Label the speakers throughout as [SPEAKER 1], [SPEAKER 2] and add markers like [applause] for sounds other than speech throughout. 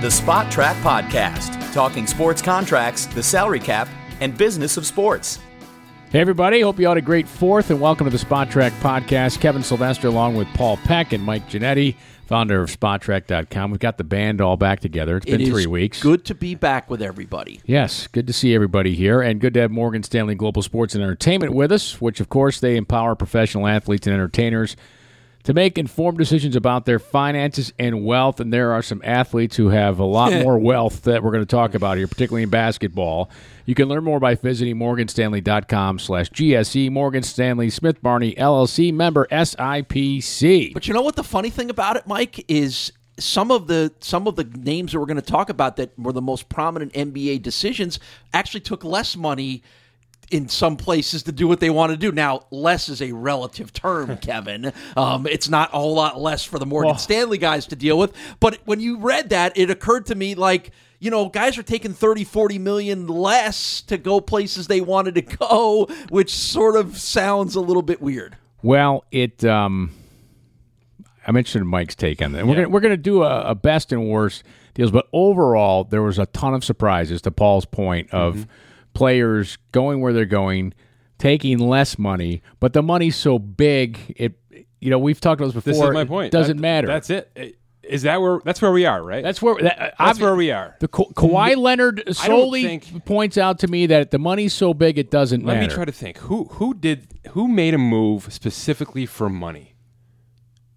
[SPEAKER 1] The Spot Track Podcast, talking sports contracts, the salary cap, and business of sports.
[SPEAKER 2] Hey, everybody. Hope you all had a great fourth, and welcome to the Spot Track Podcast. Kevin Sylvester, along with Paul Peck and Mike Genetti, founder of SpotTrack.com. We've got the band all back together. It's been
[SPEAKER 3] It is
[SPEAKER 2] three weeks.
[SPEAKER 3] Good to be back with everybody.
[SPEAKER 2] Yes, good to see everybody here, and good to have Morgan Stanley Global Sports and Entertainment with us, which, of course, they empower professional athletes and entertainers to make informed decisions about their finances and wealth. And there are some athletes who have a lot more wealth that we're going to talk about here, particularly in basketball. You can learn more by visiting morganstanley.com slash GSE, Morgan Stanley Smith Barney LLC, member SIPC.
[SPEAKER 3] But you know what the funny thing about it, Mike, is some of the some of the names that we're going to talk about that were the most prominent NBA decisions actually took less money in some places to do what they want to do. Now, less is a relative term, Kevin. Um, it's not a whole lot less for the Morgan Stanley guys to deal with. But when you read that, it occurred to me like, you know, guys are taking 30, 40 million less to go places they wanted to go, which sort of sounds a little bit weird.
[SPEAKER 2] Well, it. Um, I'm interested in Mike's take on that. We're gonna, we're going to do a, a best and worst deals, but overall, there was a ton of surprises. To Paul's point of
[SPEAKER 4] Mm-hmm.
[SPEAKER 2] players going where they're going, taking less money, but the money's so big it. You know, we've talked about this
[SPEAKER 4] This
[SPEAKER 2] before.
[SPEAKER 4] is my point.
[SPEAKER 2] It doesn't
[SPEAKER 4] That-
[SPEAKER 2] matter.
[SPEAKER 4] That's it. Eh, Is that where? That's where we are, right?
[SPEAKER 2] That's where that,
[SPEAKER 4] That's where we are. Mm-hmm.
[SPEAKER 2] The Ka- Kawhi Leonard solely
[SPEAKER 4] think-
[SPEAKER 2] points out to me that the money's so big it doesn't
[SPEAKER 4] Let
[SPEAKER 2] matter.
[SPEAKER 4] me try to think. Who who did who made a move specifically for money?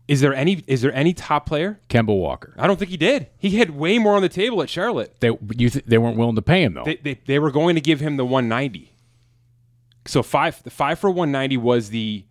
[SPEAKER 4] Is there any is there any top player?
[SPEAKER 2] Kemba Walker.
[SPEAKER 4] I don't think he did. He had way more on the table at Charlotte.
[SPEAKER 2] They you th- they weren't willing to pay him though.
[SPEAKER 4] They, they they were going to give him the 190. So five the five for 190 was the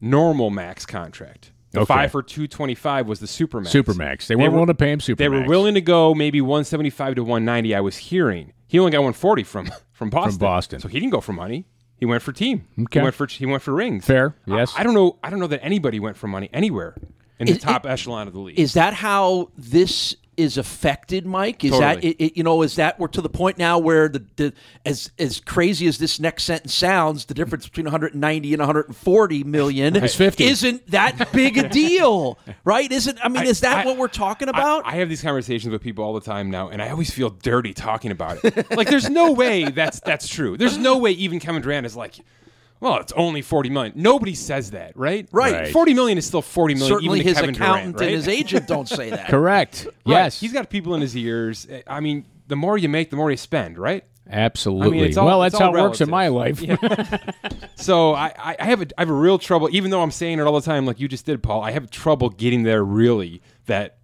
[SPEAKER 4] normal max contract. The
[SPEAKER 2] Okay.
[SPEAKER 4] five for 225 was the supermax.
[SPEAKER 2] Supermax. They weren't willing to pay him supermax.
[SPEAKER 4] They were willing to go maybe 175 to 190. I was hearing he only got 140 from [laughs] from Boston.
[SPEAKER 2] Boston.
[SPEAKER 4] So he didn't go for money. He went for team.
[SPEAKER 2] Okay.
[SPEAKER 4] He went for he went for rings.
[SPEAKER 2] Fair, yes.
[SPEAKER 4] I, I don't know. I don't know that anybody went for money anywhere in the
[SPEAKER 3] Is-
[SPEAKER 4] top echelon of the league.
[SPEAKER 3] Is that how this is affected, Mike? Is that
[SPEAKER 4] Totally.
[SPEAKER 3] it, it, you know? Is that we're to the point now where the, the as as crazy as this next sentence sounds, the difference between 190 and 140 million
[SPEAKER 2] It's 50.
[SPEAKER 3] isn't that big a deal, right? Isn't I mean, is that
[SPEAKER 4] I-
[SPEAKER 3] what we're talking
[SPEAKER 4] I-
[SPEAKER 3] about?
[SPEAKER 4] I, have these conversations with people all the time now, and I always feel dirty talking about it. like, there's no way that's that's true. There's no way even Kevin Durant is like, well, it's only forty million. Nobody says that, right?
[SPEAKER 3] Right. Right.
[SPEAKER 4] Forty million is still forty million.
[SPEAKER 3] Certainly,
[SPEAKER 4] even to
[SPEAKER 3] his
[SPEAKER 4] Kevin
[SPEAKER 3] accountant
[SPEAKER 4] Durant, right?
[SPEAKER 3] and his agent don't say
[SPEAKER 4] [laughs]
[SPEAKER 3] that.
[SPEAKER 2] Correct.
[SPEAKER 4] Right.
[SPEAKER 2] Yes.
[SPEAKER 4] he's got people in his ears. I mean, the more you make, the more you spend, right?
[SPEAKER 2] Absolutely.
[SPEAKER 4] I mean, it's all-
[SPEAKER 2] well,
[SPEAKER 4] it's
[SPEAKER 2] that's how
[SPEAKER 4] all
[SPEAKER 2] it works in
[SPEAKER 4] relative.
[SPEAKER 2] my life. [laughs]
[SPEAKER 4] So I, I, I have a, I have a real trouble, even though I'm saying it all the time, like you just did, Paul. I have trouble getting there. Really, that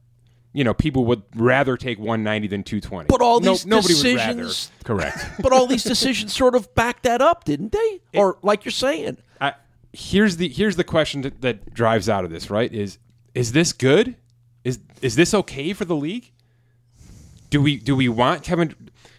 [SPEAKER 4] you know, people would rather take 190 than 220.
[SPEAKER 3] But all
[SPEAKER 4] No-
[SPEAKER 3] these
[SPEAKER 4] nobody Would rather.
[SPEAKER 3] decisions,
[SPEAKER 2] Correct.
[SPEAKER 3] but all these decisions sort of back that up, didn't they? or like you're saying,
[SPEAKER 4] I, here's the here's the question that, that drives out of this right is is this good is is this okay for the league do we do we want kevin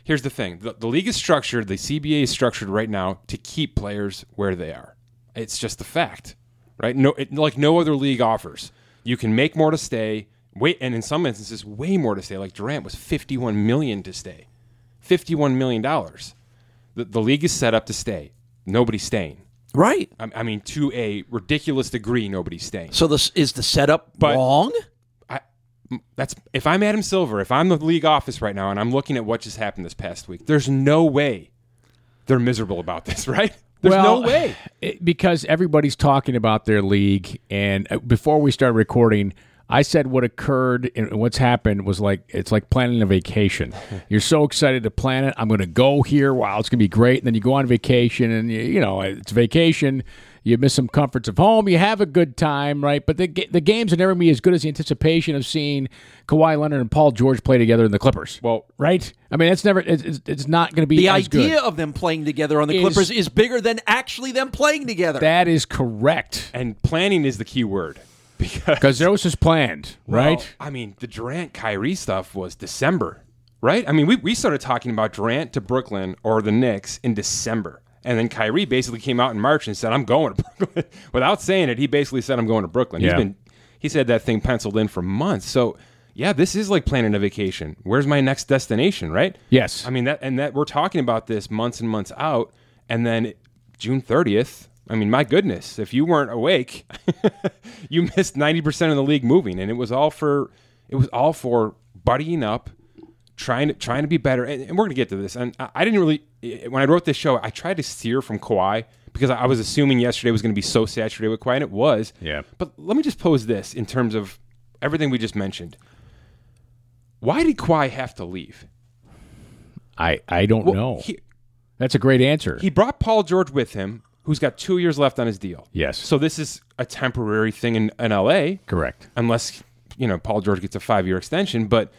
[SPEAKER 4] here's the thing the, the league is structured the cba is structured right now to keep players where they are it's just a fact right no it, like no other league offers you can make more to stay wait and in some instances way more to stay like durant was 51 million to stay 51 million dollars the, the league is set up to stay nobody's staying
[SPEAKER 3] right?
[SPEAKER 4] I, I mean, to a ridiculous degree, nobody's staying.
[SPEAKER 3] So this is the setup
[SPEAKER 4] But-
[SPEAKER 3] wrong.
[SPEAKER 4] I, m- that's if I'm Adam Silver, if I'm the league office right now, and I'm looking at what just happened this past week. There's no way they're miserable about this, [laughs] right? There's
[SPEAKER 2] Well,
[SPEAKER 4] no way.
[SPEAKER 2] it- because everybody's talking about their league. And uh, before we started recording, I said what occurred and what's happened was like it's like planning a
[SPEAKER 4] [laughs]
[SPEAKER 2] vacation. You're so excited to plan it. I'm going to go here. Wow, it's going to be great. And then you go on vacation, and you, you know it's vacation. You miss some comforts of home. You have a good time, right? But the ga- the games are never be as good as the anticipation of seeing Kawhi Leonard and Paul George play together in the Clippers.
[SPEAKER 4] Well-
[SPEAKER 2] right? I mean, it's never. It's, it's- it's not going to be
[SPEAKER 3] the
[SPEAKER 2] as good.
[SPEAKER 3] idea of them playing together on the
[SPEAKER 2] Is-
[SPEAKER 3] Clippers is bigger than actually them playing together.
[SPEAKER 2] That is correct.
[SPEAKER 4] And planning is the key word [laughs] because
[SPEAKER 2] Because there was just planned, right?
[SPEAKER 4] Well, I mean, the Durant Kyrie stuff was December, right? I mean, we, we started talking about Durant to Brooklyn or the Knicks in December. And then Kyrie basically came out in March and said, I'm going to Brooklyn. [laughs] Without saying it, he basically said, I'm going to Brooklyn.
[SPEAKER 2] Yeah.
[SPEAKER 4] He's been, he said that thing penciled in for months. So, yeah, this is like planning a vacation. Where's my next destination, right?
[SPEAKER 2] Yes.
[SPEAKER 4] I mean, that, and that we're talking about this months and months out. And then June 30th, I mean, my goodness, if you weren't awake, [laughs] you missed 90% of the league moving. And it was all for, it was all for buddying up trying to trying to be better. And, and we're going to get to this. And I, I didn't really eh, when I wrote this show, I tried to steer from Kawhi because I, I was assuming yesterday was going to be so saturated with Kawhi, and it was.
[SPEAKER 2] Yeah.
[SPEAKER 4] But let me just pose this in terms of everything we just mentioned. Why did Kawhi have to leave?
[SPEAKER 2] I I don't know.
[SPEAKER 4] He,
[SPEAKER 2] That's a great answer.
[SPEAKER 4] he brought Paul George with him, who's got two years left on his deal.
[SPEAKER 2] Yes.
[SPEAKER 4] So this is a temporary thing in, in LA
[SPEAKER 2] Correct.
[SPEAKER 4] unless you know Paul George gets a five year extension. But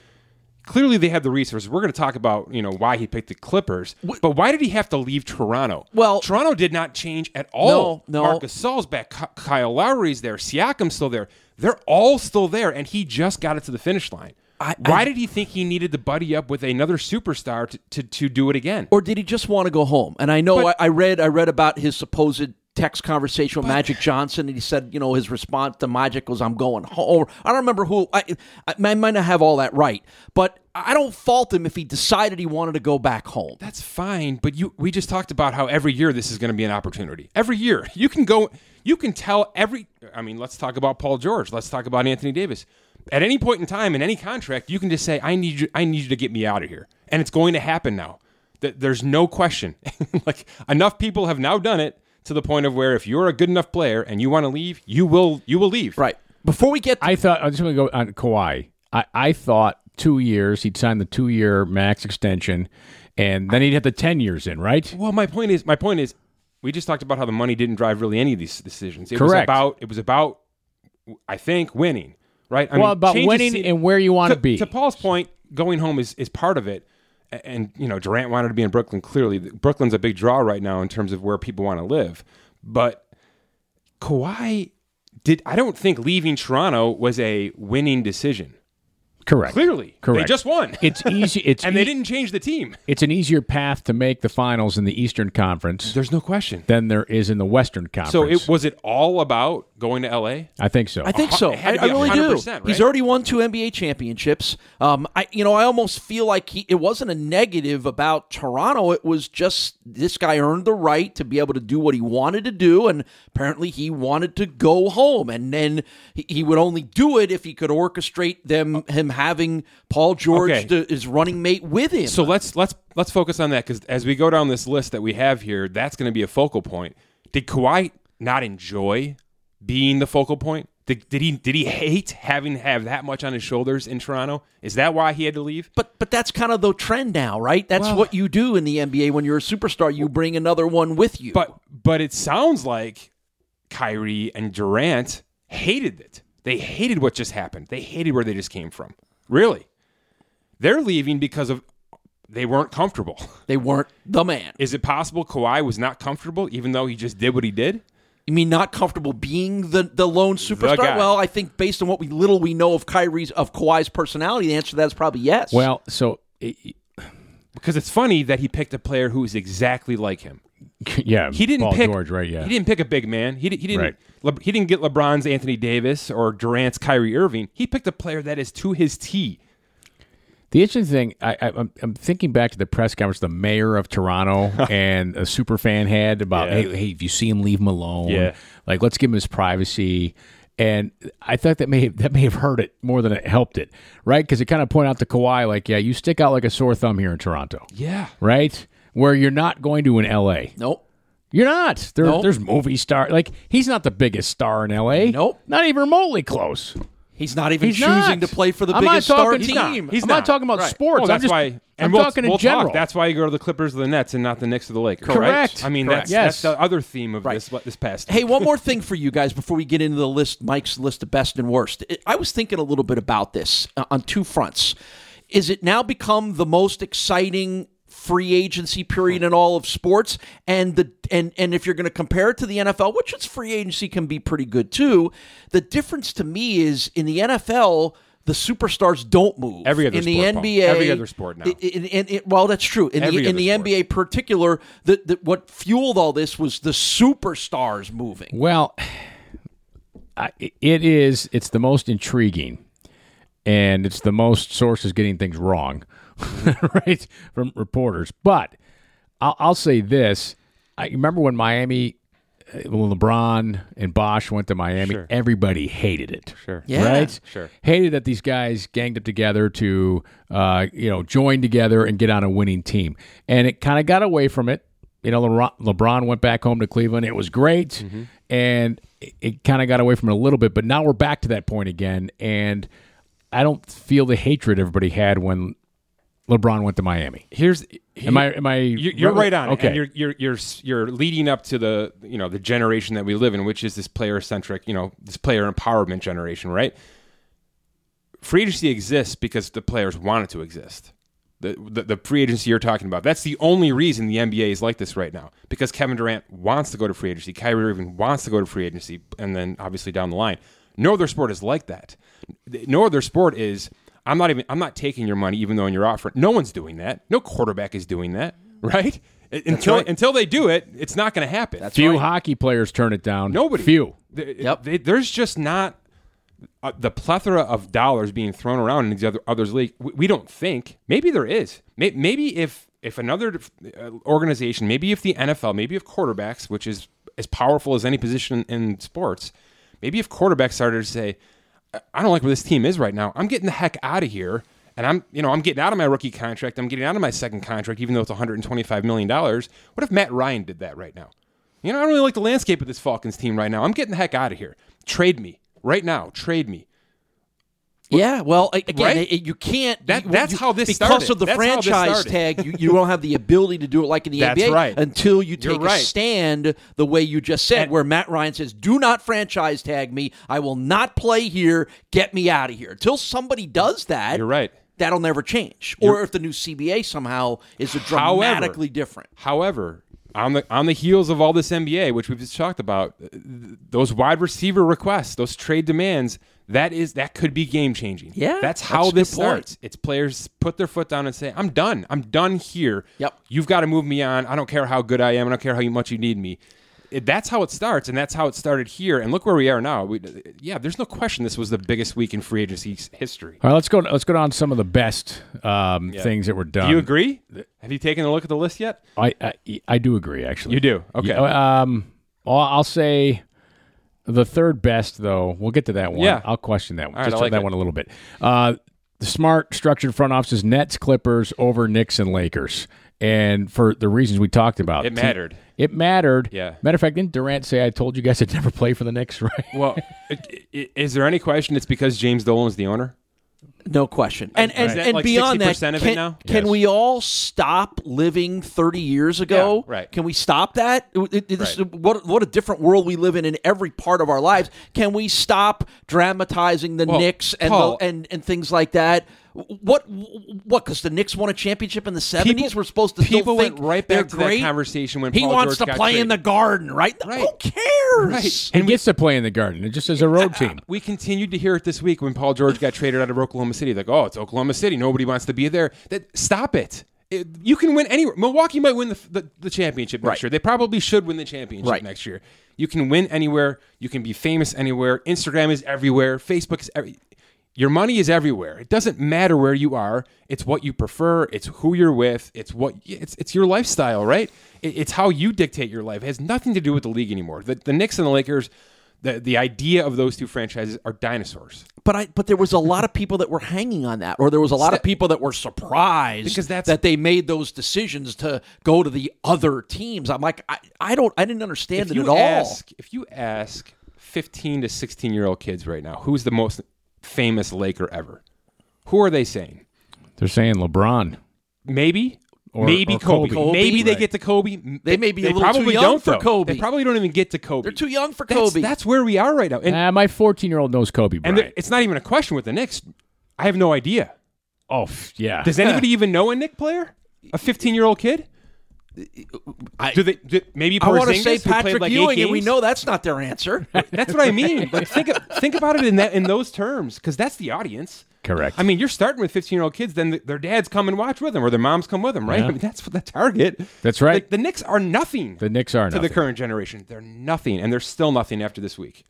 [SPEAKER 4] clearly they had the resources. We're going to talk about you know why he picked the Clippers, but why did he have to leave Toronto?
[SPEAKER 3] Well-
[SPEAKER 4] Toronto did not change at all.
[SPEAKER 3] No, no.
[SPEAKER 4] Marcus Gasol's back, Ky- Kyle Lowry's there, Siakam's still there. They're all still there, and he just got it to the finish line.
[SPEAKER 3] I-
[SPEAKER 4] why
[SPEAKER 3] I-
[SPEAKER 4] did he think he needed to buddy up with another superstar to, to, to do it again?
[SPEAKER 3] or did he just want to go home? And I know I, I read I read about his supposed text conversation with Magic Johnson, and he said, you know, his response to Magic was, "I'm going home." I don't remember who. I, I, I might not have all that right, but I don't fault him if he decided he wanted to go back home.
[SPEAKER 4] that's fine but you we just talked about how every year this is going to be an opportunity every year you can go you can tell every i mean let's talk about paul george let's talk about anthony davis at any point in time in any contract you can just say i need you i need you to get me out of here and it's going to happen now Th- there's no question [laughs] like enough people have now done it to the point of where if you're a good enough player and you want to leave you will you will leave
[SPEAKER 3] Right before we get, to,
[SPEAKER 2] I thought I just going to go on Kawhi. I, I thought two years he'd sign the two year max extension, and then he'd have the ten years in, right?
[SPEAKER 4] Well, my point is, my point is, we just talked about how the money didn't drive really any of these decisions. It was
[SPEAKER 2] Correct.
[SPEAKER 4] about it was about, I think, winning, right? I
[SPEAKER 2] Well, about
[SPEAKER 4] changes
[SPEAKER 2] winning
[SPEAKER 4] seem-
[SPEAKER 2] and where you wanna
[SPEAKER 4] to
[SPEAKER 2] be.
[SPEAKER 4] To Paul's point, going home is is part of it. A- And you know, Durant wanted to be in Brooklyn. Clearly, Brooklyn's a big draw right now in terms of where people want to live. But Kawhi did. I don't think leaving Toronto was a winning decision.
[SPEAKER 2] Correct.
[SPEAKER 4] Clearly,
[SPEAKER 2] Correct.
[SPEAKER 4] They just won,
[SPEAKER 2] It's
[SPEAKER 4] [laughs]
[SPEAKER 2] easy. It's
[SPEAKER 4] and they
[SPEAKER 2] ea-
[SPEAKER 4] didn't change the team.
[SPEAKER 2] It's an easier path to make the finals in the Eastern Conference
[SPEAKER 4] There's no question.
[SPEAKER 2] than there is in the Western
[SPEAKER 4] So
[SPEAKER 2] Conference.
[SPEAKER 4] it was it all about going to L.A.
[SPEAKER 2] I think so.
[SPEAKER 3] I think so.
[SPEAKER 4] It had
[SPEAKER 3] I,
[SPEAKER 4] to
[SPEAKER 3] I
[SPEAKER 4] be
[SPEAKER 3] really do.
[SPEAKER 4] 100%,
[SPEAKER 3] He's
[SPEAKER 4] right?
[SPEAKER 3] already won two NBA championships. Um, I you know I almost feel like he, it wasn't a negative about Toronto. It was just this guy earned the right to be able to do what he wanted to do, and apparently he wanted to go home. And then he, he would only do it if he could orchestrate them him having Paul George
[SPEAKER 4] Okay.
[SPEAKER 3] to, his running mate with him.
[SPEAKER 4] So let's let's let's focus on that because as we go down this list that we have here, that's going to be a focal point. Did Kawhi not enjoy being the focal point? Did, did he did he hate having to have that much on his shoulders in Toronto? Is that why he had to leave?
[SPEAKER 3] But but that's kind of the trend now, right? That's
[SPEAKER 4] Well-
[SPEAKER 3] what you do in the NBA when you're a superstar. You bring another one with you.
[SPEAKER 4] But but it sounds like Kyrie and Durant hated it. They hated what just happened. They hated where they just came from. Really, they're leaving because of they weren't comfortable. [laughs]
[SPEAKER 3] they weren't the man.
[SPEAKER 4] Is it possible Kawhi was not comfortable even though he just did what he did?
[SPEAKER 3] You mean not comfortable being the, the lone superstar?
[SPEAKER 4] guy.
[SPEAKER 3] well, I think based on what we little we know of Kyrie's of Kawhi's personality, the answer to that is probably yes.
[SPEAKER 2] well, so e, it,
[SPEAKER 4] Because it's funny that he picked a player who is exactly like him.
[SPEAKER 2] [laughs] yeah,
[SPEAKER 4] He didn't
[SPEAKER 2] Paul
[SPEAKER 4] pick
[SPEAKER 2] George, right? Yeah,
[SPEAKER 4] He didn't pick a big man. He, di- he didn't.
[SPEAKER 2] Right.
[SPEAKER 4] Le- he didn't get LeBron's Anthony Davis or Durant's Kyrie Irving. He picked a player that is to his T.
[SPEAKER 2] The interesting thing, I, I, I'm, I'm thinking back to the press conference the mayor of Toronto
[SPEAKER 4] [laughs]
[SPEAKER 2] and a super fan had about,
[SPEAKER 4] Yeah.
[SPEAKER 2] hey, hey, if you see him, leave him alone.
[SPEAKER 4] Yeah.
[SPEAKER 2] Like, let's give him his privacy. And I thought that may have, that may have hurt it more than it helped it, right? Because it kind of pointed out to Kawhi, like, yeah, you stick out like a sore thumb here in Toronto,
[SPEAKER 4] Yeah.
[SPEAKER 2] right? Where you're not going to in L.A.
[SPEAKER 3] nope.
[SPEAKER 2] You're not. There,
[SPEAKER 3] Nope.
[SPEAKER 2] There's movie star. Like, he's not the biggest star in L.A.
[SPEAKER 3] Nope.
[SPEAKER 2] Not even remotely close.
[SPEAKER 3] He's not even
[SPEAKER 2] He's
[SPEAKER 3] choosing
[SPEAKER 2] not.
[SPEAKER 3] to play for the
[SPEAKER 2] I'm not
[SPEAKER 3] biggest
[SPEAKER 2] talking-
[SPEAKER 3] star
[SPEAKER 2] he's not.
[SPEAKER 3] team.
[SPEAKER 4] He's
[SPEAKER 2] I'm not talking about sports.
[SPEAKER 4] Well,
[SPEAKER 2] I'm
[SPEAKER 4] Oh, that's
[SPEAKER 2] just-
[SPEAKER 4] why.
[SPEAKER 2] I'm
[SPEAKER 4] we'll-
[SPEAKER 2] talking in
[SPEAKER 4] we'll
[SPEAKER 2] general.
[SPEAKER 4] That's why you go to the Clippers or the Nets and not the Knicks or the Lakers. right?
[SPEAKER 2] Correct.
[SPEAKER 4] I mean,
[SPEAKER 2] Correct.
[SPEAKER 4] that's,
[SPEAKER 2] Yes.
[SPEAKER 4] that's the other theme of
[SPEAKER 3] Right.
[SPEAKER 4] this this past.
[SPEAKER 3] Hey, one more thing for you guys before we get into the list, Mike's list of best and worst. I- I was thinking a little bit about this uh, on two fronts. Is it now become the most exciting free agency period in all of sports? And the and and if you're going to compare it to the NFL, which its free agency can be pretty good too, the difference to me is in the NFL. The superstars don't move.
[SPEAKER 4] Every other
[SPEAKER 3] in the
[SPEAKER 4] sport, Paul.
[SPEAKER 3] NBA,
[SPEAKER 4] Every other sport now.
[SPEAKER 3] i- in, in, in- well, that's true. In
[SPEAKER 4] Every
[SPEAKER 3] the, in
[SPEAKER 4] other
[SPEAKER 3] the NBA,
[SPEAKER 4] sport.
[SPEAKER 3] particular, the, the, what fueled all this was the superstars moving.
[SPEAKER 2] Well, I, it is. It's the most intriguing, and it's the most sources getting things wrong, [laughs] right? From reporters. But I'll, I'll say this: I remember when Miami uh, when LeBron and Bosch went to Miami,
[SPEAKER 4] Sure.
[SPEAKER 2] everybody hated it.
[SPEAKER 4] Sure.
[SPEAKER 3] Yeah.
[SPEAKER 2] Right?
[SPEAKER 4] Sure.
[SPEAKER 2] Hated that these guys ganged up together to, uh, you know, join together and get on a winning team. And it kind of got away from it. You know, LeBron, LeBron went back home to Cleveland. It was great.
[SPEAKER 4] Mm-hmm.
[SPEAKER 2] And it, it kind of got away from it a little bit. But now we're back to that point again. And I don't feel the hatred everybody had when LeBron went to Miami.
[SPEAKER 4] Here's
[SPEAKER 2] Am I? Am I?
[SPEAKER 4] You- You're right on. it,
[SPEAKER 2] Okay.
[SPEAKER 4] And you're you're you're s- you're leading up to the you know the generation that we live in, which is this player centric, you know, this player empowerment generation, right? Free agency exists because the players want it to exist. The, the the free agency you're talking about. That's the only reason the NBA is like this right now because Kevin Durant wants to go to free agency, Kyrie Irving wants to go to free agency, and then obviously down the line, no other sport is like that. No other sport is. I'm not even. I'm not taking your money, even though you're offering. No one's doing that. No quarterback is doing that, [laughs] right? Until
[SPEAKER 3] right.
[SPEAKER 4] until they do it, it's not going to happen.
[SPEAKER 2] Few hockey players turn it down.
[SPEAKER 4] Nobody.
[SPEAKER 2] Few.
[SPEAKER 4] Th-
[SPEAKER 3] Yep.
[SPEAKER 4] they- there's just not uh, the plethora of dollars being thrown around in these other others league. We, we don't think. Maybe there is. May- Maybe if if another uh, organization, maybe if the NFL, maybe if quarterbacks, which is as powerful as any position in sports, maybe if quarterbacks started to say, "I- "I don't like where this team is right now. I'm getting the heck out of here." And I'm, you know, I'm getting out of my rookie contract. I'm getting out of my second contract, even though it's 125 million dollars. What if Matt Ryan did that right now? You know, I don't really like the landscape of this Falcons team right now. I'm getting the heck out of here. Trade me right now. Trade me.
[SPEAKER 3] Yeah, well, a- again,
[SPEAKER 4] Right?
[SPEAKER 3] it- it- you can't.
[SPEAKER 4] That-
[SPEAKER 3] you-
[SPEAKER 4] that's
[SPEAKER 3] you-
[SPEAKER 4] how this
[SPEAKER 3] because
[SPEAKER 4] started.
[SPEAKER 3] of the
[SPEAKER 4] That's how this
[SPEAKER 3] franchise
[SPEAKER 4] started.
[SPEAKER 3] tag. You, you don't have the ability to do it like in the
[SPEAKER 4] That's
[SPEAKER 3] NBA
[SPEAKER 4] right.
[SPEAKER 3] until you
[SPEAKER 4] You're
[SPEAKER 3] take
[SPEAKER 4] right.
[SPEAKER 3] a stand the way you just said, where Matt Ryan says, "Do not franchise tag me. I will not play here. Get me out of here." Until somebody does that,
[SPEAKER 4] You're right.
[SPEAKER 3] That'll never change. Or if the new CBA somehow is a
[SPEAKER 4] However-
[SPEAKER 3] dramatically different.
[SPEAKER 4] However, on the on the heels of all this NBA, which we've just talked about, uh, th- those wide receiver requests, those trade demands, that is that could be game changing.
[SPEAKER 3] Yeah,
[SPEAKER 4] that's
[SPEAKER 3] that's
[SPEAKER 4] how
[SPEAKER 3] a
[SPEAKER 4] this
[SPEAKER 3] good point.
[SPEAKER 4] starts. It's players put their foot down and say, "I'm done. I'm done here.
[SPEAKER 3] Yep.
[SPEAKER 4] You've got to move me on. I don't care how good I am. I don't care how much you need me." It, that's how it starts, and that's how it started here. And look where we are now. We, uh, yeah, there's no question this was the biggest week in free agency s- history.
[SPEAKER 2] All right, let's go. Let's go down to some of the best um, things that were done.
[SPEAKER 4] Do you agree? Have you taken a look at the list yet?
[SPEAKER 2] I, I I do agree. Actually,
[SPEAKER 4] You do? Okay.
[SPEAKER 2] Yeah, um, I'll, I'll say the third best, though. We'll get to that one.
[SPEAKER 4] Yeah.
[SPEAKER 2] I'll question that one.
[SPEAKER 4] right,
[SPEAKER 2] Just
[SPEAKER 4] I
[SPEAKER 2] on
[SPEAKER 4] like
[SPEAKER 2] that
[SPEAKER 4] it.
[SPEAKER 2] one a little bit. Uh, the smart structured front offices: Nets, Clippers over Knicks and Lakers, and for the reasons we talked about,
[SPEAKER 4] It mattered.
[SPEAKER 2] It mattered.
[SPEAKER 4] Yeah.
[SPEAKER 2] Matter of fact, didn't Durant say, "I told you guys I'd never play for the Knicks"? [laughs] Right.
[SPEAKER 4] Well, i- i- is there any question it's because James Dolan is the owner?
[SPEAKER 3] No question. And and,
[SPEAKER 4] Is that
[SPEAKER 3] and
[SPEAKER 4] like
[SPEAKER 3] beyond that,
[SPEAKER 4] 60% of it
[SPEAKER 3] can,
[SPEAKER 4] now?
[SPEAKER 3] can
[SPEAKER 2] Yes.
[SPEAKER 3] we all stop living 30 years ago?
[SPEAKER 4] Yeah, right.
[SPEAKER 3] Can we stop that? It- it- this-
[SPEAKER 4] Right.
[SPEAKER 3] what, what a different world we live in in every part of our lives. Can we stop dramatizing the
[SPEAKER 4] Well,
[SPEAKER 3] Knicks and,
[SPEAKER 4] Paul-
[SPEAKER 3] the, and and things like that? What what? Because the Knicks won a championship in the 70s? We're supposed to still
[SPEAKER 4] people
[SPEAKER 3] think
[SPEAKER 4] went right back
[SPEAKER 3] they're
[SPEAKER 4] to
[SPEAKER 3] great?
[SPEAKER 4] that conversation when
[SPEAKER 3] He
[SPEAKER 4] Paul
[SPEAKER 3] wants
[SPEAKER 4] George
[SPEAKER 3] to
[SPEAKER 4] got
[SPEAKER 3] play in
[SPEAKER 4] traded.
[SPEAKER 3] the garden, right?
[SPEAKER 4] Right.
[SPEAKER 3] Who cares?
[SPEAKER 4] Right.
[SPEAKER 2] He gets to play in the Garden. It just as a road team.
[SPEAKER 4] Ah, We continued to hear it this week when Paul George got traded out of Oklahoma City. Like, oh, it's Oklahoma City. Nobody wants to be there. That stop it. It- you can win anywhere. Milwaukee might win the the, the championship next
[SPEAKER 3] Right.
[SPEAKER 4] year. They probably should win the championship
[SPEAKER 3] Right.
[SPEAKER 4] next year. You can win anywhere. You can be famous anywhere. Instagram is everywhere. Facebook is every. Your money is everywhere. It doesn't matter where you are. It's what you prefer. It's who you're with. It's what it's it's your lifestyle, right? It, it's how you dictate your life. It has nothing to do with the league anymore. The, the Knicks and the Lakers, the the idea of those two franchises are dinosaurs.
[SPEAKER 3] But I but there was a lot of people that were hanging on that, or there was a lot of people that were surprised
[SPEAKER 4] Because that's-
[SPEAKER 3] that they made those decisions to go to the other teams. I'm like, I, I don't, I didn't understand it
[SPEAKER 4] you
[SPEAKER 3] at all.
[SPEAKER 4] ask, if you ask 15 to 16 year old kids right now, who's the most famous Laker ever? Who are they saying?
[SPEAKER 2] They're saying LeBron.
[SPEAKER 4] Maybe.
[SPEAKER 2] Or-
[SPEAKER 4] maybe
[SPEAKER 2] or
[SPEAKER 4] Kobe.
[SPEAKER 2] Kobe.
[SPEAKER 4] Maybe they
[SPEAKER 3] Right.
[SPEAKER 4] get to Kobe. They,
[SPEAKER 3] may be a little too
[SPEAKER 4] probably
[SPEAKER 3] young
[SPEAKER 4] don't,
[SPEAKER 3] for
[SPEAKER 4] though.
[SPEAKER 3] Kobe.
[SPEAKER 4] They probably don't even get to Kobe.
[SPEAKER 3] They're too young for
[SPEAKER 4] That's-
[SPEAKER 3] Kobe.
[SPEAKER 4] That's, where we are right now. And,
[SPEAKER 2] Ah, my 14 year old knows Kobe
[SPEAKER 4] and
[SPEAKER 2] Bryant.
[SPEAKER 4] there- it's not even a question with the Knicks. I have no idea.
[SPEAKER 2] oh, f- yeah.
[SPEAKER 3] [laughs]
[SPEAKER 4] Does anybody even know a Nick player? A 15 year old kid?
[SPEAKER 3] I-
[SPEAKER 4] do they? Do, maybe
[SPEAKER 3] I want to
[SPEAKER 4] Porzingis,
[SPEAKER 3] say
[SPEAKER 4] who played
[SPEAKER 3] Patrick
[SPEAKER 4] like eight
[SPEAKER 3] Ewing, and we
[SPEAKER 4] games?
[SPEAKER 3] know
[SPEAKER 4] [laughs]
[SPEAKER 3] that's not their answer.
[SPEAKER 4] That's what I mean. Like think think about it in that in those terms because that's the audience.
[SPEAKER 2] Correct.
[SPEAKER 4] I mean, you're starting with 15 year old kids, then th their dads come and watch with them, or their moms come with them, right?
[SPEAKER 2] Yeah.
[SPEAKER 4] I mean, that's the target.
[SPEAKER 2] That's right.
[SPEAKER 4] Like, the Knicks are nothing.
[SPEAKER 2] The Knicks are
[SPEAKER 4] to
[SPEAKER 2] nothing.
[SPEAKER 4] the current generation. They're nothing, and they're still nothing after this week.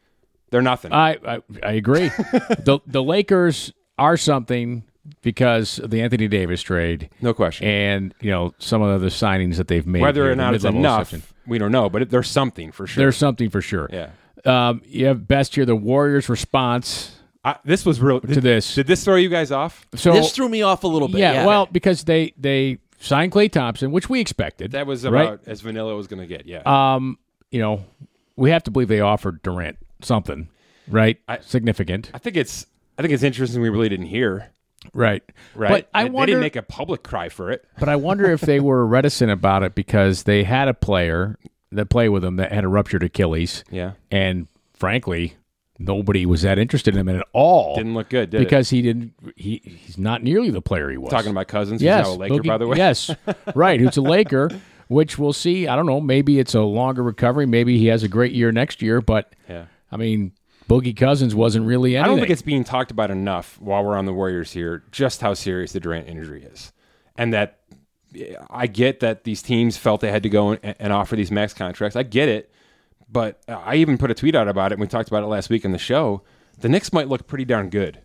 [SPEAKER 4] They're nothing.
[SPEAKER 2] I I, I agree. the The Lakers are something because of the Anthony Davis trade,
[SPEAKER 4] no question.
[SPEAKER 2] and you know some of the other signings that they've made.
[SPEAKER 4] Whether
[SPEAKER 2] here,
[SPEAKER 4] or
[SPEAKER 2] the
[SPEAKER 4] not it's
[SPEAKER 2] mid-level
[SPEAKER 4] enough
[SPEAKER 2] section.
[SPEAKER 4] we don't know, but it, there's something for sure.
[SPEAKER 2] There's something for sure.
[SPEAKER 4] yeah.
[SPEAKER 2] Um, you have best here the Warriors' response
[SPEAKER 4] I, this was real.
[SPEAKER 2] to this.
[SPEAKER 4] Did this throw you guys off?
[SPEAKER 2] So
[SPEAKER 3] this threw me off a little bit.
[SPEAKER 2] yeah, well, because they they signed Clay Thompson, which we expected.
[SPEAKER 4] That was
[SPEAKER 2] Right.
[SPEAKER 4] about as vanilla was going to get. Yeah.
[SPEAKER 2] um, you know, we have to believe they offered Durant something, right? Significant,
[SPEAKER 4] I think it's I think it's interesting we really didn't hear.
[SPEAKER 2] right?
[SPEAKER 4] Right.
[SPEAKER 2] But I
[SPEAKER 4] they, they
[SPEAKER 2] wonder.
[SPEAKER 4] didn't make a public cry for it.
[SPEAKER 2] but I wonder if they
[SPEAKER 4] [laughs]
[SPEAKER 2] were reticent about it because they had a player that played with them that had a ruptured Achilles,
[SPEAKER 4] Yeah.
[SPEAKER 2] and frankly, nobody was that interested in him at all.
[SPEAKER 4] Didn't look good, did it?
[SPEAKER 2] because he didn't. He he's not nearly the player he was.
[SPEAKER 4] Talking about cousins,
[SPEAKER 2] yes,
[SPEAKER 4] who's now a Laker,
[SPEAKER 2] Boogie-
[SPEAKER 4] by the way. [laughs]
[SPEAKER 2] Yes, right. Who's a Laker? Which we'll see. I don't know. Maybe it's a longer recovery. Maybe he has a great year next year. But
[SPEAKER 4] Yeah.
[SPEAKER 2] I mean, Boogie Cousins wasn't really
[SPEAKER 4] I
[SPEAKER 2] anything.
[SPEAKER 4] don't think it's being talked about enough while we're on the Warriors here, just how serious the Durant injury is. And that I get that these teams felt they had to go and, and offer these max contracts. I get it. But I even put a tweet out about it. And we talked about it last week on the show. The Knicks might look pretty darn good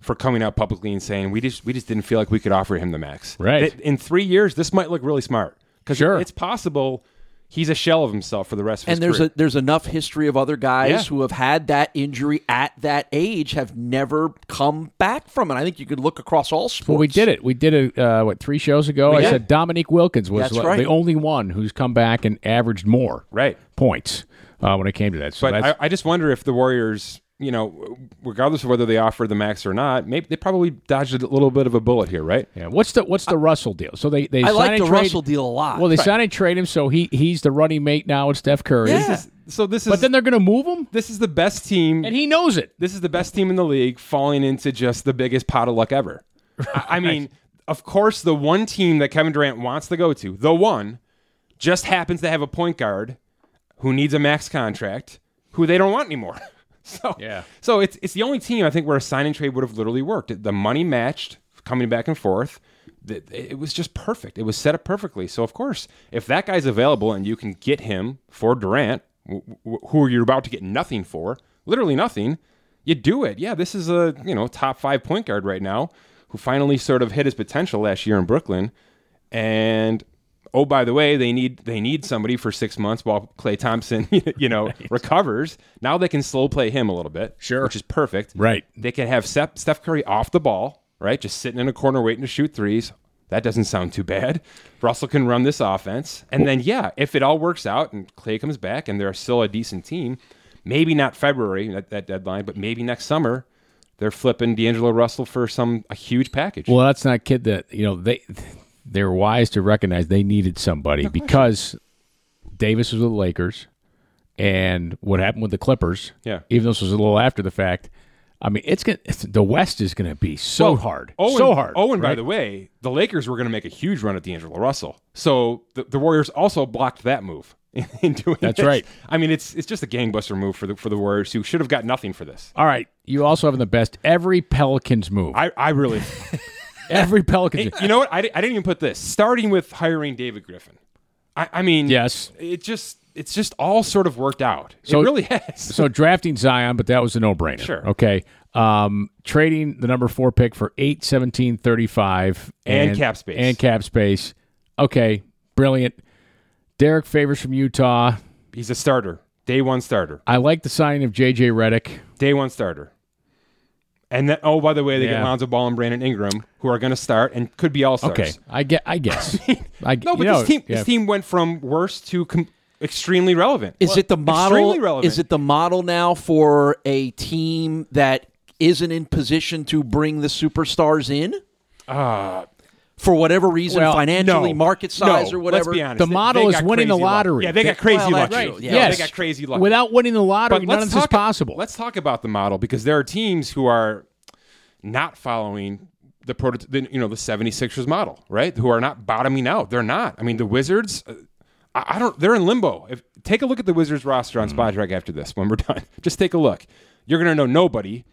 [SPEAKER 4] for coming out publicly and saying we just we just didn't feel like we could offer him the max.
[SPEAKER 2] Right.
[SPEAKER 4] Th- in three years, this might look really smart because
[SPEAKER 2] Sure.
[SPEAKER 4] it's possible he's a shell of himself for the rest of his
[SPEAKER 3] and there's
[SPEAKER 4] career.
[SPEAKER 3] a there's enough history of other guys
[SPEAKER 4] Yeah.
[SPEAKER 3] who have had that injury at that age have never come back from it. I think you could look across all sports.
[SPEAKER 2] Well, we did it. We did it. Uh, what three shows ago? I
[SPEAKER 4] did.
[SPEAKER 2] said Dominique Wilkins was
[SPEAKER 3] That's
[SPEAKER 2] the-
[SPEAKER 3] right.
[SPEAKER 2] the only one who's come back and averaged more
[SPEAKER 4] right.
[SPEAKER 2] points uh, when it came to that. So
[SPEAKER 4] But
[SPEAKER 2] that's,
[SPEAKER 4] I, I just wonder if the Warriors, you know, regardless of whether they offer the max or not, maybe they probably dodged a little bit of a bullet here, right?
[SPEAKER 2] yeah. What's the what's the Russell deal? So they they
[SPEAKER 3] I
[SPEAKER 2] sign
[SPEAKER 3] like
[SPEAKER 2] and
[SPEAKER 3] the
[SPEAKER 2] trade,
[SPEAKER 3] Russell deal a lot.
[SPEAKER 2] Well, they sign and trade him, so he he's the running mate now with Steph Curry.
[SPEAKER 3] Yeah.
[SPEAKER 4] This is- so this is
[SPEAKER 2] But then they're going to move him,
[SPEAKER 4] this is the best team.
[SPEAKER 2] and he knows it.
[SPEAKER 4] this is the best team in the league falling into just the biggest pot of luck ever.
[SPEAKER 2] [laughs]
[SPEAKER 4] I, I mean, of course, the one team that Kevin Durant wants to go to, the one, just happens to have a point guard who needs a max contract who they don't want anymore. [laughs] So
[SPEAKER 2] Yeah.
[SPEAKER 4] so it's it's the only team I think where a sign and trade would have literally worked. The money matched, coming back and forth. Th- It was just perfect. It was set up perfectly. So of course, if that guy's available and you can get him for Durant, wh- wh- who you're about to get nothing for, literally nothing, you do it. Yeah, this is a you know top five point guard right now who finally sort of hit his potential last year in Brooklyn, and oh by the way they need they need somebody for six months while clay thompson [laughs] you know recovers now they can slow play him a little bit
[SPEAKER 2] Sure.
[SPEAKER 4] which is perfect
[SPEAKER 2] Right.
[SPEAKER 4] they can have Steph, steph curry off the ball right just sitting in a corner waiting to shoot threes that doesn't sound too bad russell can run this offense and then yeah if it all works out and clay comes back and they're still a decent team maybe not february at that deadline but maybe next summer they're flipping d'angelo russell for some a huge package
[SPEAKER 2] Well, that's not kid that you know they they're wise to recognize they needed somebody because Davis was with the Lakers, and what happened with the Clippers.
[SPEAKER 4] Yeah.
[SPEAKER 2] even though this was a little after the fact. I mean, it's gonna it's, the West is gonna be so hard,
[SPEAKER 4] Oh,
[SPEAKER 2] so
[SPEAKER 4] and,
[SPEAKER 2] hard.
[SPEAKER 4] Oh, and by
[SPEAKER 2] right?
[SPEAKER 4] the way, the Lakers were going to make a huge run at D'Angelo Russell, so the, the Warriors also blocked that move [laughs] in, doing.
[SPEAKER 2] That's
[SPEAKER 4] this.
[SPEAKER 2] right.
[SPEAKER 4] I mean, it's it's just a gangbuster move for the for the Warriors who should have got nothing for this.
[SPEAKER 2] all right, you also have in the best every Pelicans move,
[SPEAKER 4] I I [laughs] really,
[SPEAKER 2] every
[SPEAKER 4] [laughs]
[SPEAKER 2] Pelicans.
[SPEAKER 4] you know what? I, di- I didn't even put this. Starting with hiring David Griffin. I, I mean,
[SPEAKER 2] Yes.
[SPEAKER 4] it just it's just all sort of worked out.
[SPEAKER 2] So-
[SPEAKER 4] it really [laughs] has.
[SPEAKER 2] so drafting Zion, but that was a no-brainer.
[SPEAKER 4] Sure.
[SPEAKER 2] Okay. Um, trading the number four pick for eight seventeen thirty-five
[SPEAKER 4] And cap space.
[SPEAKER 2] and cap space. Okay, brilliant. Derek Favors from Utah.
[SPEAKER 4] He's a starter, day one starter,
[SPEAKER 2] I like the signing of J.J. Redick.
[SPEAKER 4] day one starter. And then, oh, by the way, they get
[SPEAKER 2] Yeah.
[SPEAKER 4] Lonzo Ball and Brandon Ingram, who are going to start and could be all stars.
[SPEAKER 2] Okay, I get. I
[SPEAKER 4] [laughs]
[SPEAKER 2] guess. I
[SPEAKER 4] No, but
[SPEAKER 2] you know,
[SPEAKER 4] this team
[SPEAKER 2] yeah.
[SPEAKER 4] this team went from worst to com- extremely relevant.
[SPEAKER 3] Is it the
[SPEAKER 4] Extremely
[SPEAKER 3] model?
[SPEAKER 4] relevant.
[SPEAKER 3] Is it the model now for a team that isn't in position to bring the superstars in? for whatever reason,
[SPEAKER 2] well,
[SPEAKER 3] financially,
[SPEAKER 4] Uh, No.
[SPEAKER 3] market size,
[SPEAKER 4] No.
[SPEAKER 3] or whatever.
[SPEAKER 4] Let's be honest.
[SPEAKER 2] The
[SPEAKER 4] They-
[SPEAKER 2] model
[SPEAKER 4] they
[SPEAKER 2] is
[SPEAKER 4] got
[SPEAKER 2] winning the
[SPEAKER 4] crazy luck.
[SPEAKER 2] lottery.
[SPEAKER 4] Yeah, they got
[SPEAKER 2] They-
[SPEAKER 4] crazy
[SPEAKER 3] well,
[SPEAKER 4] luck.
[SPEAKER 3] that's
[SPEAKER 4] Right.
[SPEAKER 3] true.
[SPEAKER 4] Yeah,
[SPEAKER 2] yes.
[SPEAKER 4] they got crazy luck.
[SPEAKER 2] Without winning the lottery, none of this is
[SPEAKER 4] talk-
[SPEAKER 2] possible.
[SPEAKER 4] Let's talk about the model because there are teams who are not following the prototype, the, you know, the 76ers model, right? Who are not bottoming out. They're not. I mean, the Wizards, uh, I, I don't, they're in limbo. If, take a look at the Wizards roster
[SPEAKER 2] Hmm.
[SPEAKER 4] on Spot Track after this when we're [laughs] done. Just take a look. You're going to know nobody,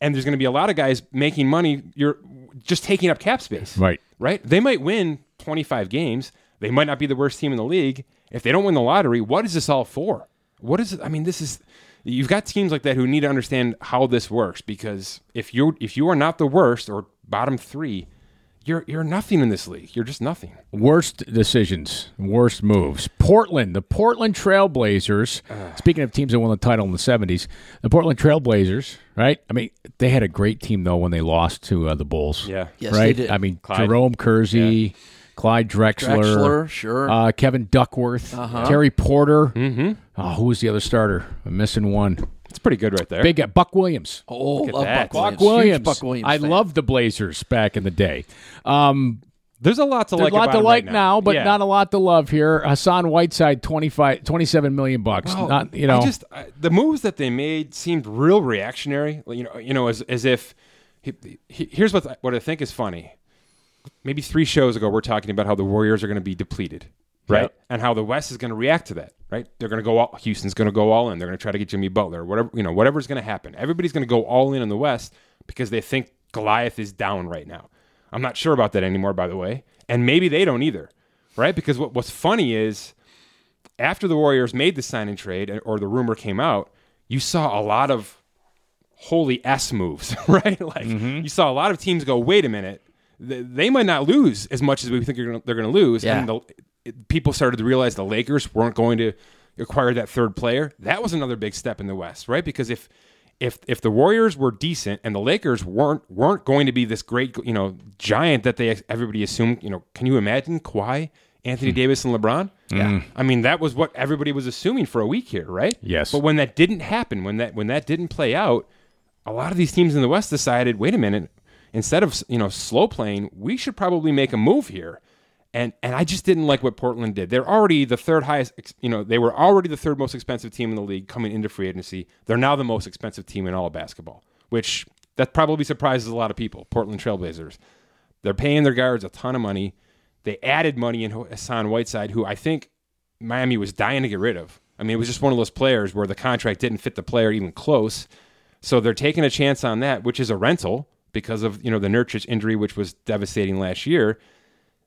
[SPEAKER 4] and there's going to be a lot of guys making money. You're just taking up cap space
[SPEAKER 2] Right.
[SPEAKER 4] right? They might win 25 games. They might not be the worst team in the league. If they don't win the lottery, what is this all for? What is it? I mean, this is you've got teams like that who need to understand how this works because if you are if you are not the worst or bottom 3, you're you're nothing in this league. You're just nothing.
[SPEAKER 2] Worst decisions, worst moves. Portland, the Portland Trailblazers.
[SPEAKER 3] Ah.
[SPEAKER 2] Speaking of teams that won the title in the 70s, the Portland Trailblazers, right? I mean, they had a great team, though, when they lost to uh, the Bulls.
[SPEAKER 4] Yeah.
[SPEAKER 3] Yes, they
[SPEAKER 2] right?
[SPEAKER 3] did.
[SPEAKER 2] I mean, Jerome Kersey, Clyde Drexler,
[SPEAKER 3] Drexler, sure. Uh-huh.
[SPEAKER 2] uh, Kevin Duckworth, Terry Porter. Mm-hmm. Oh, who was the other starter? I'm missing one.
[SPEAKER 4] It's pretty good right there.
[SPEAKER 2] Big guy, Buck Williams.
[SPEAKER 3] Oh, love
[SPEAKER 4] that.
[SPEAKER 3] Buck Williams.
[SPEAKER 2] Buck Williams.
[SPEAKER 3] Huge Buck Williams.
[SPEAKER 2] I
[SPEAKER 3] fan.
[SPEAKER 2] loved the Blazers back in the day. Um,
[SPEAKER 4] There's a lot to
[SPEAKER 2] there's
[SPEAKER 4] like.
[SPEAKER 2] a lot
[SPEAKER 4] about
[SPEAKER 2] to
[SPEAKER 4] him
[SPEAKER 2] like
[SPEAKER 4] right
[SPEAKER 2] now, but
[SPEAKER 4] Yeah.
[SPEAKER 2] not a lot to love here. Hassan Whiteside, 25, 27 million bucks.
[SPEAKER 4] Well,
[SPEAKER 2] not you know,
[SPEAKER 4] Oh, I just I, the moves that they made seemed real reactionary. Like, You know, you know, as as if he, he- here's what I- what I think is funny. Maybe three shows ago, we're talking about how the Warriors are going to be depleted, right?
[SPEAKER 2] Yep.
[SPEAKER 4] And how the West is going to react to that, right? They're going to go all. Houston's going to go all in. They're going to try to get Jimmy Butler, whatever you know, whatever's going to happen. Everybody's going to go all in on the West because they think Goliath is down right now. I'm not sure about that anymore, by the way. And maybe they don't either, right? Because what, what's funny is after the Warriors made the sign and trade or the rumor came out, you saw a lot of holy S moves, [laughs] right? Like you saw a lot of teams go, wait a minute, th- they might not lose as much as we think you're gonna, they're going to lose.
[SPEAKER 3] Yeah.
[SPEAKER 4] And the, it- people started to realize the Lakers weren't going to acquire that third player. That was another big step in the West, right? Because if if if the Warriors were decent and the Lakers weren't weren't going to be this great, you know, giant that they everybody assumed, you know, can you imagine Kawhi, Anthony Davis, and LeBron? Yeah, I mean that was what everybody was assuming for a week here, right?
[SPEAKER 2] Yes.
[SPEAKER 4] But when that didn't happen, when that when that didn't play out, a lot of these teams in the West decided, wait a minute, instead of you know slow playing, we should probably make a move here. And and I just didn't like what Portland did. They're already the third highest, ex- you know, they were already the third most expensive team in the league coming into free agency. They're now the most expensive team in all of basketball, which that probably surprises a lot of people. Portland Trailblazers. They're paying their guards a ton of money. They added money in Hassan Whiteside, who I think Miami was dying to get rid of. I mean, it was just one of those players where the contract didn't fit the player even close. So they're taking a chance on that, which is a rental because of you know the Nurkic injury, which was devastating last year.